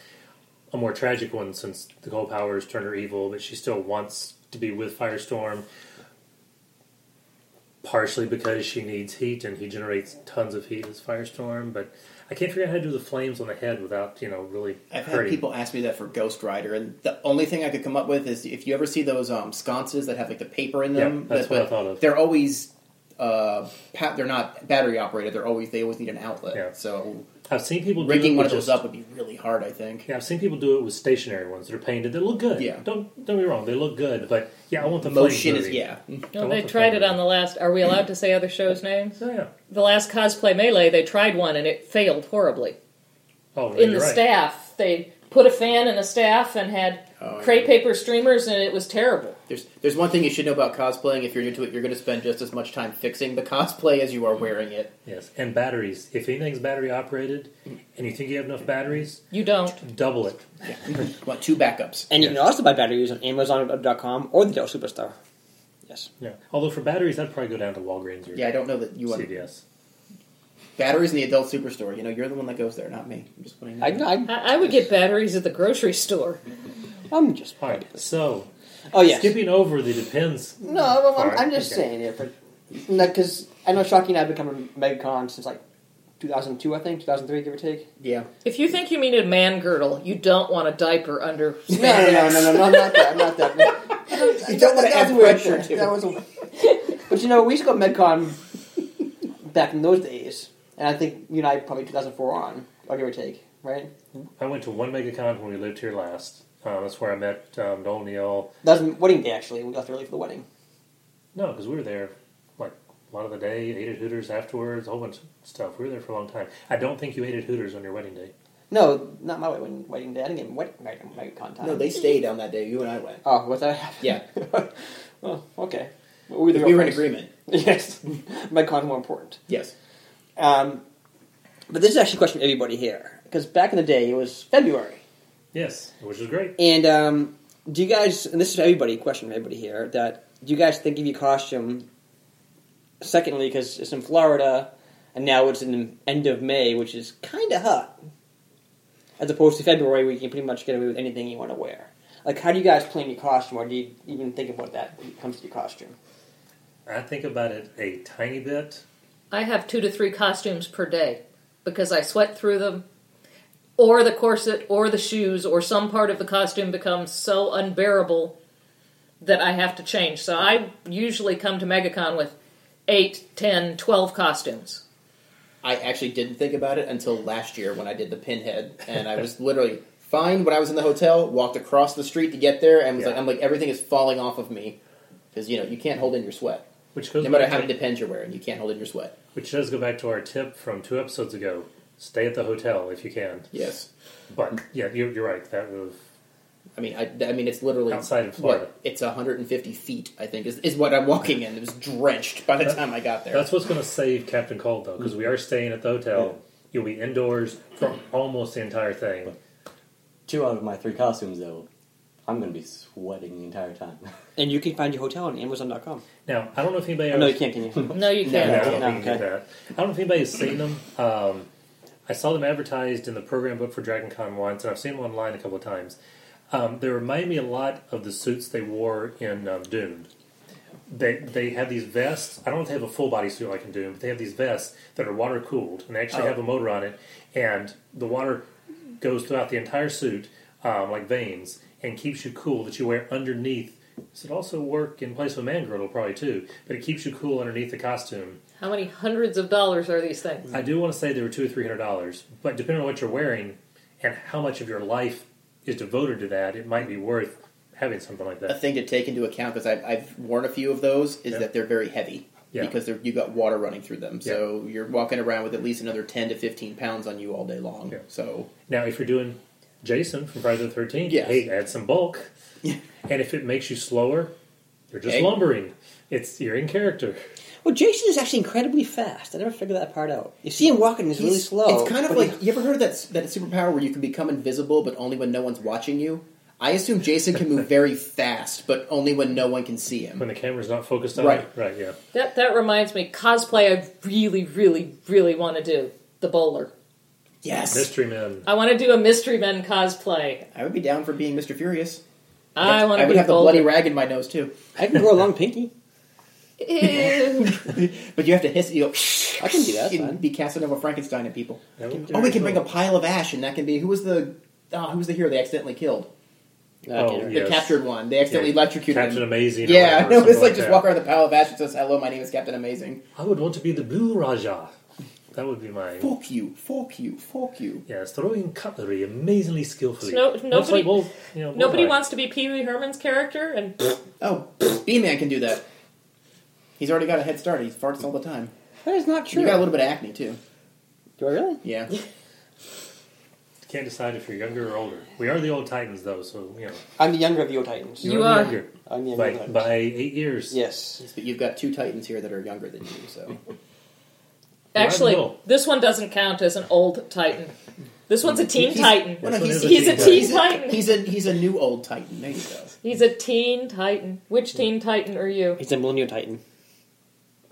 S1: A more tragic one since the cold powers turn her evil, but she still wants to be with Firestorm. Partially because she needs heat and he generates tons of heat as Firestorm, but I can't figure out how to do the flames on the head without, you know, really
S3: I've had
S1: hurting.
S3: people ask me that for Ghost Rider, and the only thing I could come up with is if you ever see those um, sconces that have like the paper in them.
S1: Yeah, that's
S3: that-
S1: what I
S3: but
S1: thought of.
S3: They're always uh, pa- they're not battery operated. They're always they always need an outlet.
S1: Yeah.
S3: So
S1: I've seen people do it
S3: rigging one
S1: with
S3: of those
S1: just-
S3: up would be really hard. I think.
S1: Yeah, I've seen people do it with stationary ones. They're painted. They look good.
S3: Yeah.
S1: Don't don't be wrong. They look good, but yeah, I want the
S3: Motion
S1: flames
S3: is
S1: movie.
S3: yeah.
S1: I
S4: No,
S1: want
S4: they
S1: the
S4: tried
S1: flames
S4: it on the last. Are we allowed to say other shows' names?
S1: movie. Oh, yeah.
S4: The last cosplay melee, they tried one and it failed horribly.
S1: Oh,
S4: in
S1: you're
S4: the
S1: right.
S4: staff. They put a fan in a staff and had
S3: Oh,
S4: cray
S3: yeah.
S4: paper streamers, and it was terrible.
S3: There's there's one thing you should know about cosplaying. If you're into it, you're going to spend just as much time fixing the cosplay as you are wearing it.
S1: Yes, and batteries. If anything's battery operated, and you think you have enough batteries,
S4: You don't.
S1: double it.
S3: Want two backups?
S2: And you can also buy batteries on Amazon.com or the Dell Superstar. Yes.
S1: Yeah. Although for batteries, I'd probably go down to Walgreens or
S3: Yeah, I don't know that you want
S1: CVS.
S3: batteries in the adult superstore. You know, you're the one that goes there, not me. I'm just putting.
S2: I,
S3: that out.
S2: I,
S4: I, I would get batteries at the grocery store.
S2: I'm just.
S1: All right. So
S2: Oh, yes.
S1: skipping over the depends.
S2: No, I'm,
S1: All
S2: I'm,
S1: right,
S2: I'm just
S1: okay.
S2: saying it, but because I know Shocky and I've become a MegCon since like 2002, I think 2003, give or take.
S3: Yeah.
S4: If you think you need a man girdle, you don't want a diaper under.
S2: No, no, no, no, no, no, not that, not that.
S3: You don't want to
S2: That
S3: add
S2: was weird.
S3: pressure to.
S2: That was a- but you know, we used to go to MedCon back in those days, and I think you and I probably 2004 on, or give or take, right?
S1: I went to one MegaCon when we lived here last. Uh, that's where I met um, Noel Neal.
S2: That was wedding day actually. We left early for the wedding.
S1: No, because we were there like a lot of the day. Ate at Hooters afterwards. A whole bunch of stuff. We were there for a long time. I don't think you ate at Hooters on your wedding day.
S2: No, not my wedding, wedding day. I didn't get wedding MegCon time.
S3: No, they stayed on that day. You and I went.
S2: Oh, was that?
S3: Yeah.
S2: oh, okay. We
S3: we were in agreement.
S2: Yes, MedCon's more important.
S3: Yes.
S2: Um, but this is actually a question for everybody here because back in the day it was February,
S1: Yes, which is great.
S2: and um, do you guys? And this is for everybody question for everybody here that do you guys think of your costume? Secondly, because it's in Florida, and now it's in the end of May, which is kind of hot, as opposed to February, where you can pretty much get away with anything you want to wear. Like, how do you guys plan your costume, or do you even think about that when it comes to your costume?
S1: I think about it a tiny bit.
S4: I have two to three costumes per day because I sweat through them, or the corset, or the shoes, or some part of the costume becomes so unbearable that I have to change. So I usually come to MegaCon with eight, ten, twelve costumes.
S3: I actually didn't think about it until last year when I did the pinhead, and I was literally fine when I was in the hotel. Walked across the street to get there, and was
S1: Yeah.
S3: like, I'm like, everything is falling off of me because you know you can't hold in your sweat.
S1: Which goes
S3: No matter
S1: back
S3: how
S1: to,
S3: many depends you're wearing, you can't hold in your sweat.
S1: which does go back to our tip from two episodes ago. Stay at the hotel if you can.
S3: Yes.
S1: But yeah, you're, you're right. That was
S3: I mean, I, I mean, it's literally
S1: Outside of Florida.
S3: What, it's 150 feet, I think, is, is what I'm walking in. It was drenched by the time I got there.
S1: that's what's going to save Captain Cold though, because we are staying at the hotel. You'll be indoors for almost the entire thing.
S5: Two out of my three costumes, though, I'm going to be sweating the entire time.
S2: And you can find your hotel on Amazon.com.
S1: Now, I don't know if anybody.
S2: Oh, no,
S1: else-
S2: you can't, can you?
S4: No, you
S1: Yeah,
S4: can't.
S1: I don't
S2: No,
S1: think you can
S2: okay.
S1: do that. I don't know if anybody's seen them. Um, I saw them advertised in the program book for Dragon Con once, and I've seen them online a couple of times. Um, they remind me a lot of the suits they wore in um, Dune. They they have these vests. I don't know if they have a full body suit like in Dune, but they have these vests that are water cooled, and they actually
S3: Oh.
S1: have a motor on it, and the water goes throughout the entire suit um, like veins and keeps you cool that you wear underneath. So it also work in place of a man girdle probably too, but it keeps you cool underneath the costume.
S4: How many hundreds of dollars are these things?
S1: I do want to say there were two or three hundred dollars, but depending on what you're wearing and how much of your life is devoted to that, it might be worth having something like
S3: a
S1: that.
S3: thing to take into account because I've, I've worn a few of those is
S1: Yeah.
S3: that they're very heavy
S1: Yeah.
S3: because they're, you got water running through them. So you're walking around with at least another 10 to 15 pounds on you all day long.
S1: Yeah.
S3: So
S1: Now, if you're doing Jason from Friday the Thirteenth,
S3: Yes.
S1: hey, add some bulk,
S3: Yeah.
S1: and if it makes you slower, You're just
S3: Okay.
S1: lumbering. It's you're in character.
S2: Well, Jason is actually incredibly fast. I never figured that part out. You see him walking, he's, really slow.
S3: It's kind of
S2: but
S3: like you ever heard of that that superpower where you can become invisible, but only when no one's watching you. I assume Jason can move very fast, but only when no one can see him.
S1: When the camera's not focused on
S3: Right.
S1: it. Right, yeah.
S4: That that reminds me, cosplay I really, really, really want to do. The bowler.
S3: Yes,
S1: Mystery Men.
S4: I want to do a mystery men cosplay.
S3: I would be down for being Mr. Furious.
S4: I want
S3: I
S4: to
S3: would
S4: be
S3: have the
S4: bowler.
S3: bloody rag in my nose too.
S2: I can grow a long pinky.
S4: Ew.
S3: But you have to hiss. You go,
S2: I can do that,
S3: You
S2: fine.
S3: Be Casanova Frankenstein at people.
S1: That would be
S3: Oh, we
S1: very
S3: can bring a
S1: cool.
S3: pile of ash, and that can be who was the ah, who was the hero they accidentally killed?
S1: Oh,
S2: Okay, right.
S1: yeah. Yes.
S3: The captured one. They accidentally
S1: Yeah,
S3: electrocuted
S1: Captain
S3: him.
S1: Amazing. or
S3: Yeah,
S1: whatever,
S3: no, it's
S1: something
S3: like, just
S1: that.
S3: walk around with a pile of ash and says, "Hello, my name is Captain Amazing."
S1: I would want to be the Blue Raja. That would be mine.
S3: Fork you, fork you, fork you.
S1: Yes, throwing cutlery amazingly skillfully.
S4: No-
S1: Much
S4: nobody-
S1: like Wolf- you know,
S4: Nobody
S1: Wolverine.
S4: wants to be Pee Wee Herman's character, and
S3: Oh, B Man can do that. He's already got a head start. He farts all the time.
S2: That is not true.
S3: You got a little bit of acne too.
S2: Do I really?
S3: Yeah,
S1: Can't decide if you're younger or older. We are the old Titans, though, so you know
S2: I'm the younger of the old Titans.
S4: You
S1: you're
S4: are.
S1: younger
S2: I'm the younger of the
S1: by,
S2: Titans.
S1: by eight years.
S2: Yes.
S3: but you've got two titans here that are younger than you. So
S4: actually,
S1: know.
S4: this one doesn't count as an old Titan. This one's a Teen Titan.
S1: Well, no, This one
S3: he's,
S1: is a
S4: he's a
S1: Teen
S4: Teen Titan.
S3: he's a he's a new old titan. There you go.
S4: He's a Teen Titan. Which Teen Titan are you?
S2: He's a millennial Titan.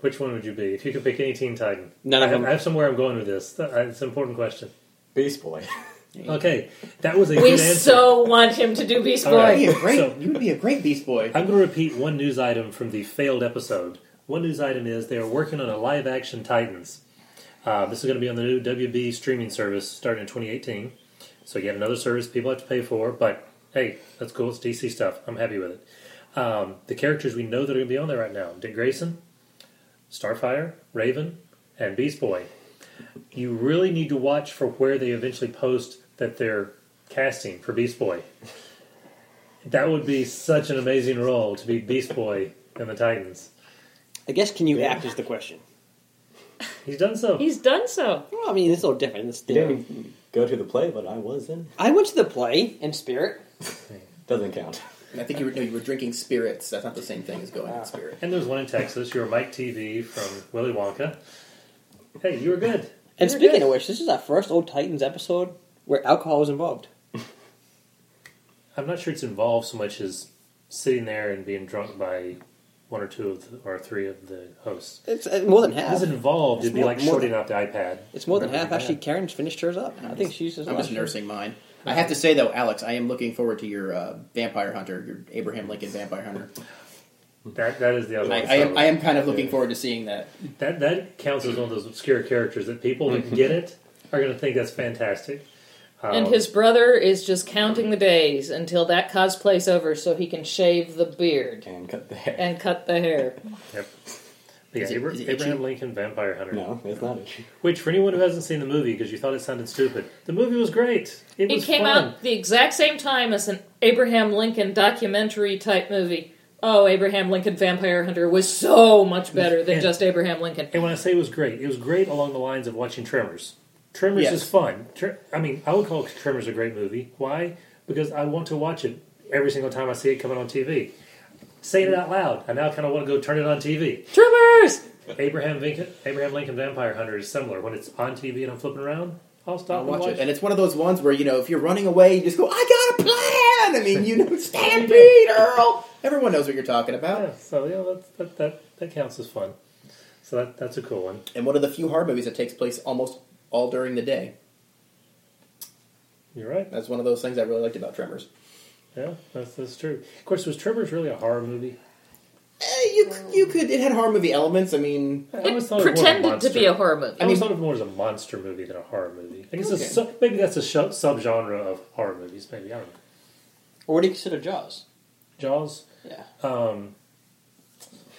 S1: Which one would you be if you could pick any Teen Titan?
S2: None
S1: I
S2: of
S1: have,
S2: them.
S1: I have somewhere I'm going with this. Th- uh, It's an important question.
S5: Beast Boy.
S1: Okay, that was a
S4: We
S1: good answer.
S4: so want him to do Beast
S1: All
S4: Boy.
S1: right.
S3: You'd be a great.
S1: So-
S3: you would be a great Beast Boy.
S1: I'm going to repeat one news item from the failed episode. One news item is they are working on a live action Titans. Uh, this is going to be on the new WB streaming service starting in 2018. So, yet another service people have to pay for, but hey, that's cool. It's DC stuff. I'm happy with it. Um, the characters we know that are going to be on there right now Dick Grayson, Starfire, Raven, and Beast Boy. You really need to watch for where they eventually post that they're casting for Beast Boy. That would be such an amazing role to be Beast Boy in the Titans.
S2: I guess can you act is the question.
S1: He's done so.
S4: He's done so.
S2: Well, I mean, it's a little different. It's
S5: You didn't even go to the play, but I was in.
S2: I went to the play in spirit.
S5: Doesn't count.
S3: I think you were no, you were drinking spirits. That's not the same thing as going
S1: Ah.
S3: in spirit.
S1: and there's one in Texas. You're Mike TV from Willy Wonka. Hey, you were good.
S2: And
S4: You're
S2: speaking
S4: good.
S2: of which, this is our first Old Titans episode where alcohol was involved.
S1: I'm not sure it's involved so much as sitting there and being drunk by one or two of the, or three of the hosts.
S2: It's uh, more than
S1: If it
S2: half.
S1: was involved, it'd be
S2: more-
S1: like
S2: more-
S1: shorting out the iPad.
S2: It's more than
S1: Rather
S2: half. Actually, Karen's finished hers up. I think she's just
S3: I'm just
S2: last year.
S3: nursing mine. I have to say though, Alex, I am looking forward to your uh, vampire hunter, your Abraham Lincoln vampire hunter.
S1: that that is the other
S3: I,
S1: one.
S3: I am
S1: Oh, So
S3: I am kind of looking
S1: Yeah.
S3: forward to seeing that.
S1: That that counts as one of those obscure characters that people
S3: Mm-hmm.
S1: that get it are going to think that's fantastic. Um,
S3: Oh.
S4: And his brother is just counting the days until that cosplay's over so he can shave the beard
S5: And cut the hair.
S4: and cut the hair.
S1: Yep. Yeah,
S3: Is it-
S1: Abra-
S3: is it
S1: Abraham
S3: itchy?
S1: Lincoln Vampire Hunter.
S5: No, it's not it.
S1: Which, for anyone who hasn't seen the movie because you thought it sounded stupid, the movie was great. It,
S4: It
S1: was
S4: came
S1: fun.
S4: out the exact same time as an Abraham Lincoln documentary type movie. Oh, Abraham Lincoln Vampire Hunter was so much better than
S1: Yeah.
S4: just Abraham Lincoln.
S1: And when I say it was great, it was great along the lines of watching Tremors. Tremors
S3: Yes.
S1: is fun. Tre- I mean, I would call Tremors a great movie. Why? Because I want to watch it every single time I see it coming on TV. Saying it out loud, I now kind of want to go turn it on TV.
S4: Tremors!
S1: Abraham Lincoln, Abraham Lincoln Vampire Hunter is similar. When it's on TV and I'm flipping around, I'll stop
S3: I'll
S1: and
S3: watch it. And it's one of those ones where you know if you're running away, you just go, "I got a plan." I mean, you know, stampede, Earl. Everyone knows what you're talking about.
S1: Yeah, so yeah, that's, that that that counts as fun. So that that's a cool one.
S3: And one of the few horror movies that takes place almost all during the day.
S1: You're right.
S3: That's one of those things I really liked about Tremors.
S1: Yeah, that's that's true. Of course, was Tremors really a horror movie?
S3: Eh, you you could it had horror movie elements. I mean,
S1: I always
S4: It
S1: thought was more of
S4: pretended to be a
S1: monster-
S4: horror movie.
S1: I always thought of it more as a monster movie than a horror movie. I guess it's a
S3: Okay.
S1: sub- maybe that's a sh- subgenre of horror movies. Maybe I don't know.
S2: Or what do you consider Jaws?
S1: Jaws.
S2: Yeah.
S1: Um,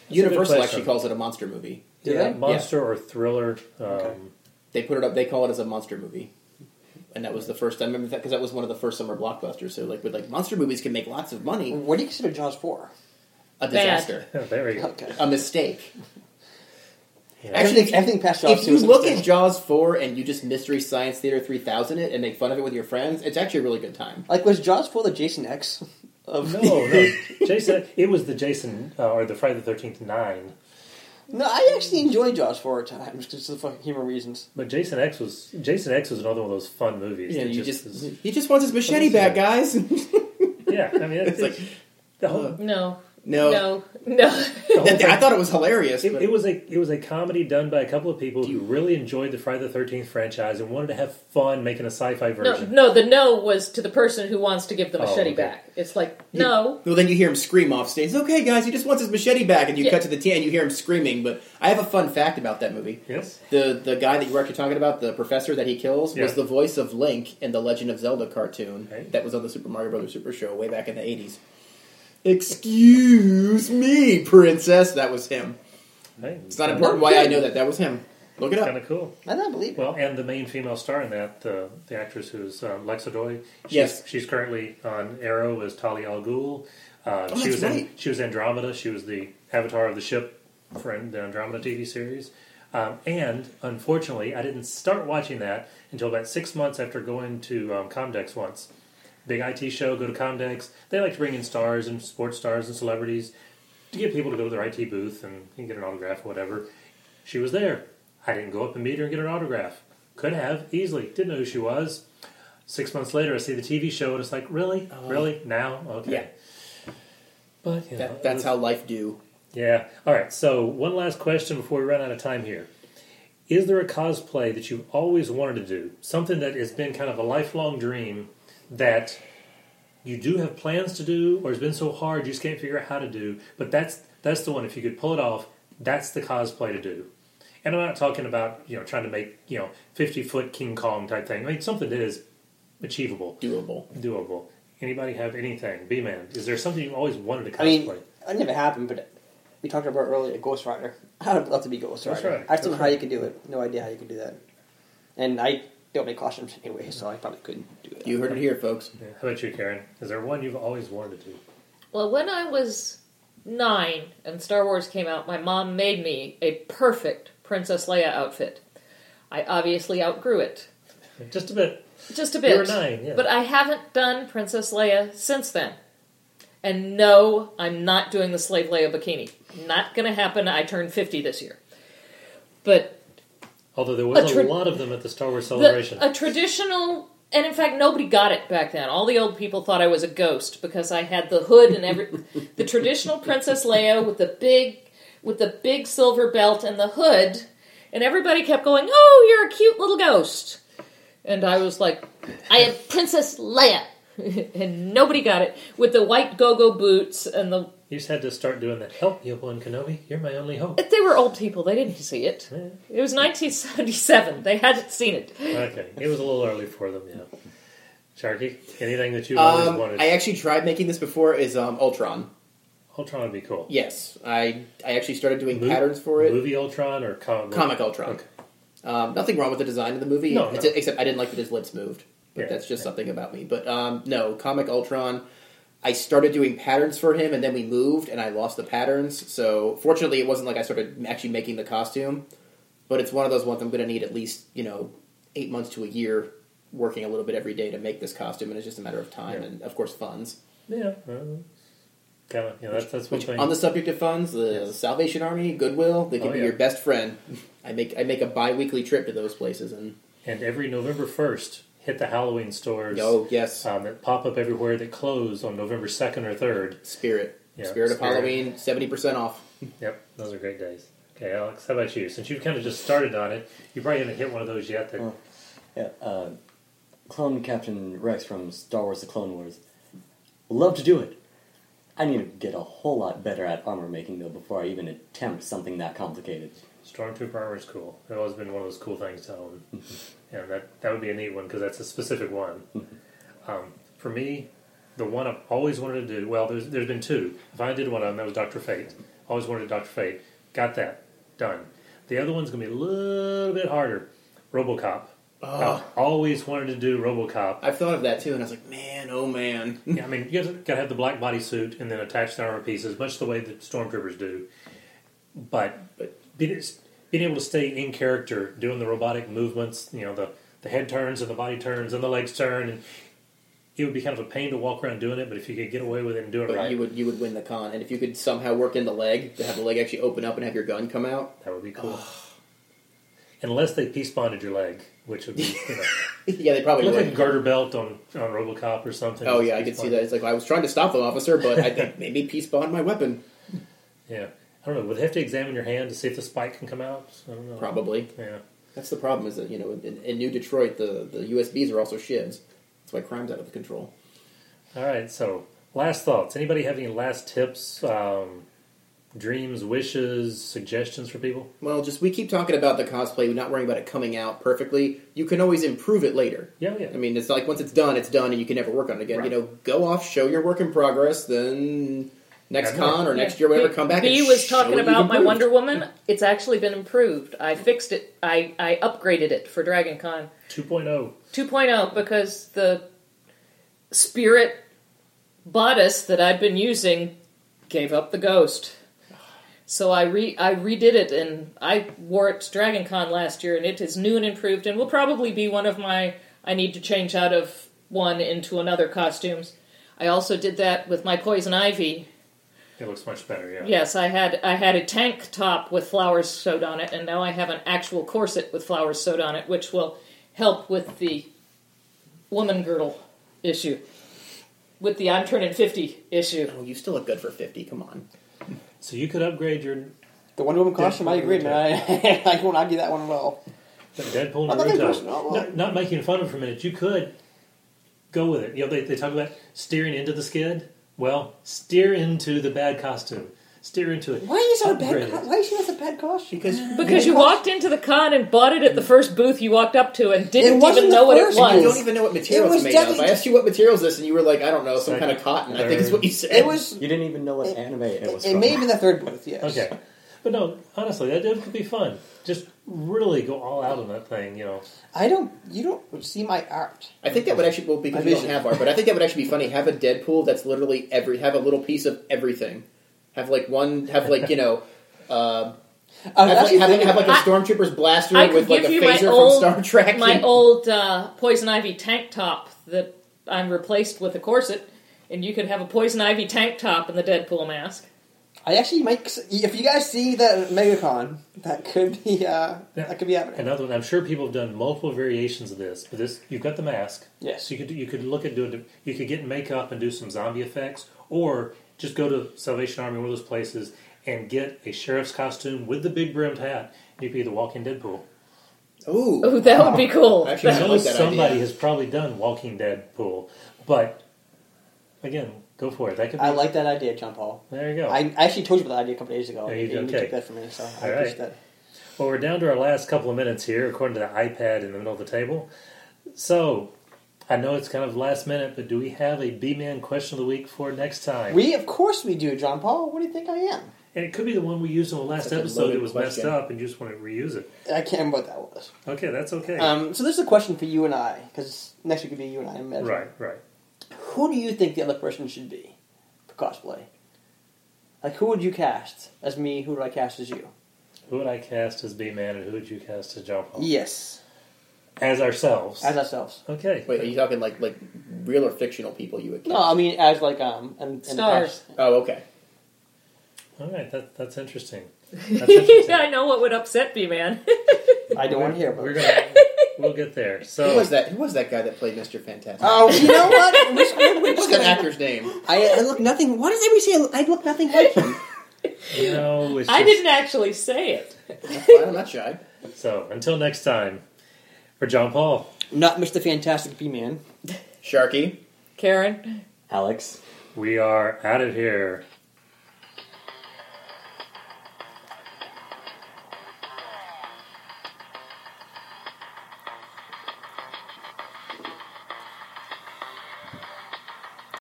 S3: Universal
S1: question.
S3: actually calls it a monster movie.
S2: Do
S1: yeah,
S2: they?
S1: monster or thriller. Um,
S3: They put it up. They call it as a monster movie, and that was the first. I remember that because that was one of the first summer blockbusters. So like, with like monster movies can make lots of money.
S2: What do you consider Jaws for?
S3: A disaster,
S1: yeah, there you go.
S2: Okay.
S3: a mistake.
S1: Yeah.
S3: Actually,
S2: Everything, everything past Jaws
S3: If
S2: 2
S3: you
S2: is a
S3: look at
S2: mistake.
S3: Jaws four and you just mystery science theater three thousand it and make fun of it with your friends, it's actually a really good time.
S2: Like, was Jaws for the Jason X? of
S1: No, no. Jason, it was the Jason uh, or the Friday the Thirteenth Nine,
S2: No, I actually enjoy Jaws four at times just for fucking humor reasons.
S1: but Jason X was Jason X was another one of those fun movies.
S3: Yeah,
S1: that
S3: you just,
S1: is-
S3: he just wants his machete back, guys.
S1: yeah. I mean, it's,
S3: It's like,
S1: the whole,
S4: No.
S3: no,
S4: No. No.
S1: the whole
S3: That-
S1: thing-
S3: I thought it was hilarious.
S1: It,
S3: but-
S1: it was a it was a comedy done by a couple of people who really enjoyed the Friday the Thirteenth franchise and wanted to have fun making a sci-fi
S4: No,
S1: version.
S4: no, the no was to the person who wants to give the
S1: Oh,
S4: machete
S1: okay.
S4: back. It's like, no.
S3: Well, then you hear him scream off stage. Okay, guys, he just wants his machete back, and you
S4: Yeah.
S3: cut to the T, and you hear him screaming. But I have a fun fact about that movie.
S1: Yes,
S3: The the guy that you were actually talking about, the professor that he kills,
S1: Yeah.
S3: was the voice of Link in the Legend of Zelda cartoon
S1: Right.
S3: that was on the Super Mario Brothers Super Show way back in the eighties. Excuse me, princess. That was him.
S1: Hey,
S3: It's not important why I know that. That was him. Look it
S1: Kind
S3: up.
S1: of cool.
S2: I don't believe it.
S1: Well, and the main female star in that, the the actress who's um, Lexa Doy. She's,
S3: Yes.
S1: she's currently on Arrow as Talia al Ghul. Uh, she
S3: Oh, that's
S1: was in
S3: right.
S1: she was Andromeda. She was the avatar of the ship for the Andromeda TV series. Um, and unfortunately, I didn't start watching that until about six months after going to um, Comdex once. Big IT show, go to Comdex. They like to bring in stars and sports stars and celebrities to get people to go to their IT booth and, and get an autograph or whatever. She was there. I didn't go up and meet her and get her autograph. Could have, easily. Didn't know who she was. Six months later, I see the TV show and it's like, really? really? Now? Okay.
S3: Oh. yeah.
S1: But you know,
S3: That, that's how life do.
S1: yeah. All right. So one last question before we run out of time here. Is there a cosplay that you've always wanted to do? Something that has been kind of a lifelong dream that you do have plans to do, or has been so hard you just can't figure out how to do. But that's that's the one. If you could pull it off, that's the cosplay to do. And I'm not talking about you know trying to make you know 50 foot King Kong type thing. I mean something that is achievable,
S3: Doable.
S1: doable. Anybody have anything? B man, is there something you've always wanted to cosplay?
S2: I mean, it never happened, but we talked about earlier Ghost Rider. I would love to be Ghost Rider.
S1: That's right,
S2: I just don't
S1: that's
S2: know how
S1: right.
S2: you can do it. No idea how you can do that. And I don't make costumes anyway, so I probably couldn't do it.
S3: You heard it here, folks.
S1: Yeah. How about you, Karen? Is there one you've always wanted to do?
S4: Well, when I was nine and Star Wars came out, my mom made me a perfect Princess Leia outfit. I obviously outgrew it.
S1: Just a bit.
S4: Just a bit.
S1: You were nine, yeah.
S4: But I haven't done Princess Leia since then. And no, I'm not doing the Slave Leia bikini. Not going to happen. I turned 50 this year. But
S1: Although there was
S4: A
S1: a,
S4: tra-
S1: lot of them at the Star Wars
S4: the-
S1: celebration.
S3: uh,
S4: a traditional, and in fact, nobody got it back then. All the old people thought I was a ghost because I had the hood and every the traditional Princess Leia with the big with the big silver belt and the hood, and everybody kept going, "Oh, you're a cute little ghost," and I was like, "I am Princess Leia." and nobody got it with the white go-go boots and the
S1: you just had to start doing that. Help, Yobo and Kenobi. You're my only hope.
S4: they were old people they didn't see it it was 1977 they hadn't seen it
S1: Okay, it was a little early for them, yeah. Sharky, anything that you've always
S3: Um,
S1: wanted?
S3: I actually tried making this before. Is um, Ultron.
S1: Ultron would be cool.
S3: Yes, I I actually started doing
S1: Mo-
S3: patterns for it.
S1: Movie Ultron or comic? book?
S3: Comic Ultron.
S1: Okay.
S3: Um, nothing wrong with the design of the movie,
S1: No, no.
S3: it's- except I didn't like that his lips moved. But
S1: Yeah.
S3: that's just something about me. But um, no, Comic Ultron. I started doing patterns for him, and then we moved, and I lost the patterns. So fortunately, it wasn't like I started actually making the costume. But it's one of those ones I'm going to need at least you know eight months to a year working a little bit every day to make this costume, and it's just a matter of time
S1: Yeah.
S3: and of course funds.
S1: Yeah. Kind of. Yeah, that's that's one
S3: Which,
S1: thing.
S3: on the subject of funds, the Salvation Army, Goodwill, they can
S1: Oh,
S3: be
S1: yeah.
S3: your best friend. I make I make a bi-weekly trip to those places, and
S1: and every November first, hit the Halloween stores.
S3: oh yes,
S1: Um, that pop up everywhere that close on November second or third.
S3: Spirit,
S1: Yeah,
S3: Spirit of
S1: Spirit.
S3: Halloween, seventy percent off.
S1: Yep, those are great days. Okay, Alex, how about you? Since you've kind of just started on it, you probably haven't hit one of those yet. That,
S5: Yeah, uh, clone Captain Rex from Star Wars: The Clone Wars. Love to do it. I need to get a whole lot better at armor making though before I even attempt something that complicated.
S1: Stormtrooper armor is cool. It's always been one of those cool things to own. and that, that would be a neat one because that's a specific one. um, for me, the one I've always wanted to do, well, there's, there's been two. If I did one of them, that was Dr. Fate. Always wanted Dr. Fate. Got that. Done. The other one's going to be a little bit harder Robocop. I've always wanted to do Robocop.
S3: I've thought of that too, and I was like, man, oh man,
S1: Yeah, I mean, you gotta, gotta have the black bodysuit and then attach the armor pieces, much the way that stormtroopers do. But, but being, being able to stay in character, doing the robotic movements, you know, the, the head turns and the body turns and the legs turn, and it would be kind of a pain to walk around doing it, but if you could get away with it and do it
S3: But
S1: right,
S3: you would you would win the con, and if you could somehow work in the leg to have the leg actually open up and have your gun come out,
S1: that would be cool. Unless they piece bonded your leg, which would be you know,
S3: yeah, they probably
S1: look
S3: would.
S1: like a garter belt on on RoboCop or something.
S3: Oh yeah, I could see that. It's like I was trying to stop the officer, but I think maybe peace bond my weapon.
S1: Yeah, I don't know. Would they have to examine your hand to see if the spike can come out? I don't know.
S3: Probably
S1: Yeah.
S3: that's the problem. Is that you know in, in New Detroit the the USBs are also shivs. That's why crime's out of control.
S1: All right. So, last thoughts. Anybody have any last tips, um, dreams, wishes, suggestions for people?
S3: Well, just we keep talking about the cosplay, we're not worrying about it coming out perfectly. You can always improve it later.
S1: Yeah, yeah.
S3: I mean, it's like once it's done, it's done, and you can never work on it again.
S1: Right.
S3: You know, go off, show your work in progress, then next
S1: Yeah.
S3: con or next year, whatever, come back.
S4: B
S3: and
S4: was
S3: show
S4: talking
S3: what you've
S4: about my
S3: improved.
S4: Wonder Woman. It's actually been improved. I fixed it. I, I upgraded it for Dragon Con
S1: 2.0.
S4: 2.0 because the spirit bodice that I've been using gave up the ghost. So I re I redid it and I wore it to Dragon Con last year and it is new and improved and will probably be one of my I need to change out of one into another costumes. I also did that with my poison ivy
S1: It looks much better. Yeah.
S4: Yes, I had I had a tank top with flowers sewed on it, and now I have an actual corset with flowers sewed on it, which will help with the woman girdle issue, with the I'm turning fifty issue.
S3: Oh, you still look good for fifty. Come on.
S1: So you could upgrade your
S2: The Wonder Woman costume, I agree, man. I, I won't argue that one at all.
S1: Deadpool
S2: I'm not that
S1: Naruto.
S2: person, I'm not-
S1: Not, not making fun of it for a minute. You could go with it. You know, they, they talk about steering into the skid. Well, steer into the bad costume. Steer into it.
S2: Why is that a
S1: Upgrade
S2: bad?
S1: it.
S2: Co- why is she a bad costume?
S3: Because
S4: Because you walked into the con and bought it at the first booth you walked up to and
S2: It
S4: didn't
S2: wasn't
S4: even
S2: the
S4: know what it
S2: first
S3: I
S2: booth.
S4: was.
S3: don't even know what material
S2: It
S3: it's
S2: was
S3: made
S2: definitely-
S3: of. I asked you what material is this, and you were like, I don't know, some
S1: Second,
S3: kind of cotton. I think is
S1: third.
S3: what you said.
S2: It was.
S5: You didn't even know what anime it, was
S2: It
S5: from.
S2: may have been the third booth. Yes.
S1: Okay. But no, honestly, that, that could be fun. Just really go all out on that thing, you know.
S2: I don't. You don't see my art.
S3: I think that would actually well because
S2: I
S3: we don't
S2: vision-
S3: have art, but I think that would actually be funny. Have a Deadpool that's literally every have a little piece of everything. Have like one have like you know. Uh,
S2: I was
S3: have, like,
S2: actually
S3: have, like,
S2: thinking-
S3: have like a
S4: Oh, I-
S3: stormtrooper's blaster
S4: I could
S3: with like a
S4: give you my
S3: phaser
S4: old-
S3: from Star Trek.
S4: My old uh, poison ivy tank top that I'm replaced with a corset, and you could have a poison ivy tank top and the Deadpool mask.
S2: I actually might. If you guys see that MegaCon, that could be. Uh, That could be happening.
S1: Another one. I'm sure people have done multiple variations of this, but this you've got the mask.
S2: Yes.
S1: So you could you could look at doing you could get makeup and do some zombie effects, or just go to Salvation Army one of those places and get a sheriff's costume with the big brimmed hat. You could be the Walking Deadpool.
S3: Ooh,
S4: Oh, that would be cool.
S3: Actually,
S1: You
S3: I
S1: know
S3: like that
S1: somebody
S3: idea.
S1: has probably done Walking Deadpool, but again, go for it. That could be.
S2: I like that idea, John Paul.
S1: there you go.
S2: I, I actually told you about that idea a couple days ago.
S1: Oh. Yeah, you
S2: and
S1: did,
S2: you
S1: okay.
S2: took that for me, so I
S1: All
S2: appreciate
S1: right.
S2: that.
S1: Well, we're down to our last couple of minutes here, according to the iPad in the middle of the table. So, I know it's kind of last minute, but do we have a B Man question of the week for next time?
S2: We, of course, we do, John Paul. What do you think I am?
S1: and it could be the one we used in the last
S3: Such a
S1: episode
S3: loaded
S1: that was messed
S3: question.
S1: up and you just want to reuse it.
S2: I can't remember what that was.
S1: Okay, that's okay.
S2: Um, so this is a question for you and I, because next week could be you and I. I imagine.
S1: right, right.
S2: Who do you think the other person should be for cosplay? Like, who would you cast as me? Who would I cast as you?
S1: Who would I cast as B Man and who would you cast as John Paul?
S2: Yes,
S1: As ourselves.
S2: as ourselves.
S1: okay.
S3: Wait, are you talking like like real or fictional people? You would
S2: No, I mean as like um and, and
S4: Stars.
S3: Oh, okay.
S1: All right, that, that's interesting. That's interesting.
S4: I know what would upset me, man.
S2: I don't want to hear about.
S1: We're
S2: it.
S1: gonna we'll get there.
S4: Oh.
S3: Who was
S1: So
S3: that? Who was that guy that played Mister Fantastic?
S4: Uh,
S2: Oh, you know what? We're
S3: what was that actor's name?
S2: I, I look nothing. Why does everybody say I look nothing like him?
S1: you know, it's
S4: I
S1: just-
S4: didn't actually say it.
S3: That's fine, I'm not shy.
S1: So until next time, for John Paul.
S2: Not Mr. Fantastic B Man.
S3: Sharky.
S4: Karen.
S5: Alex.
S1: We are out of here.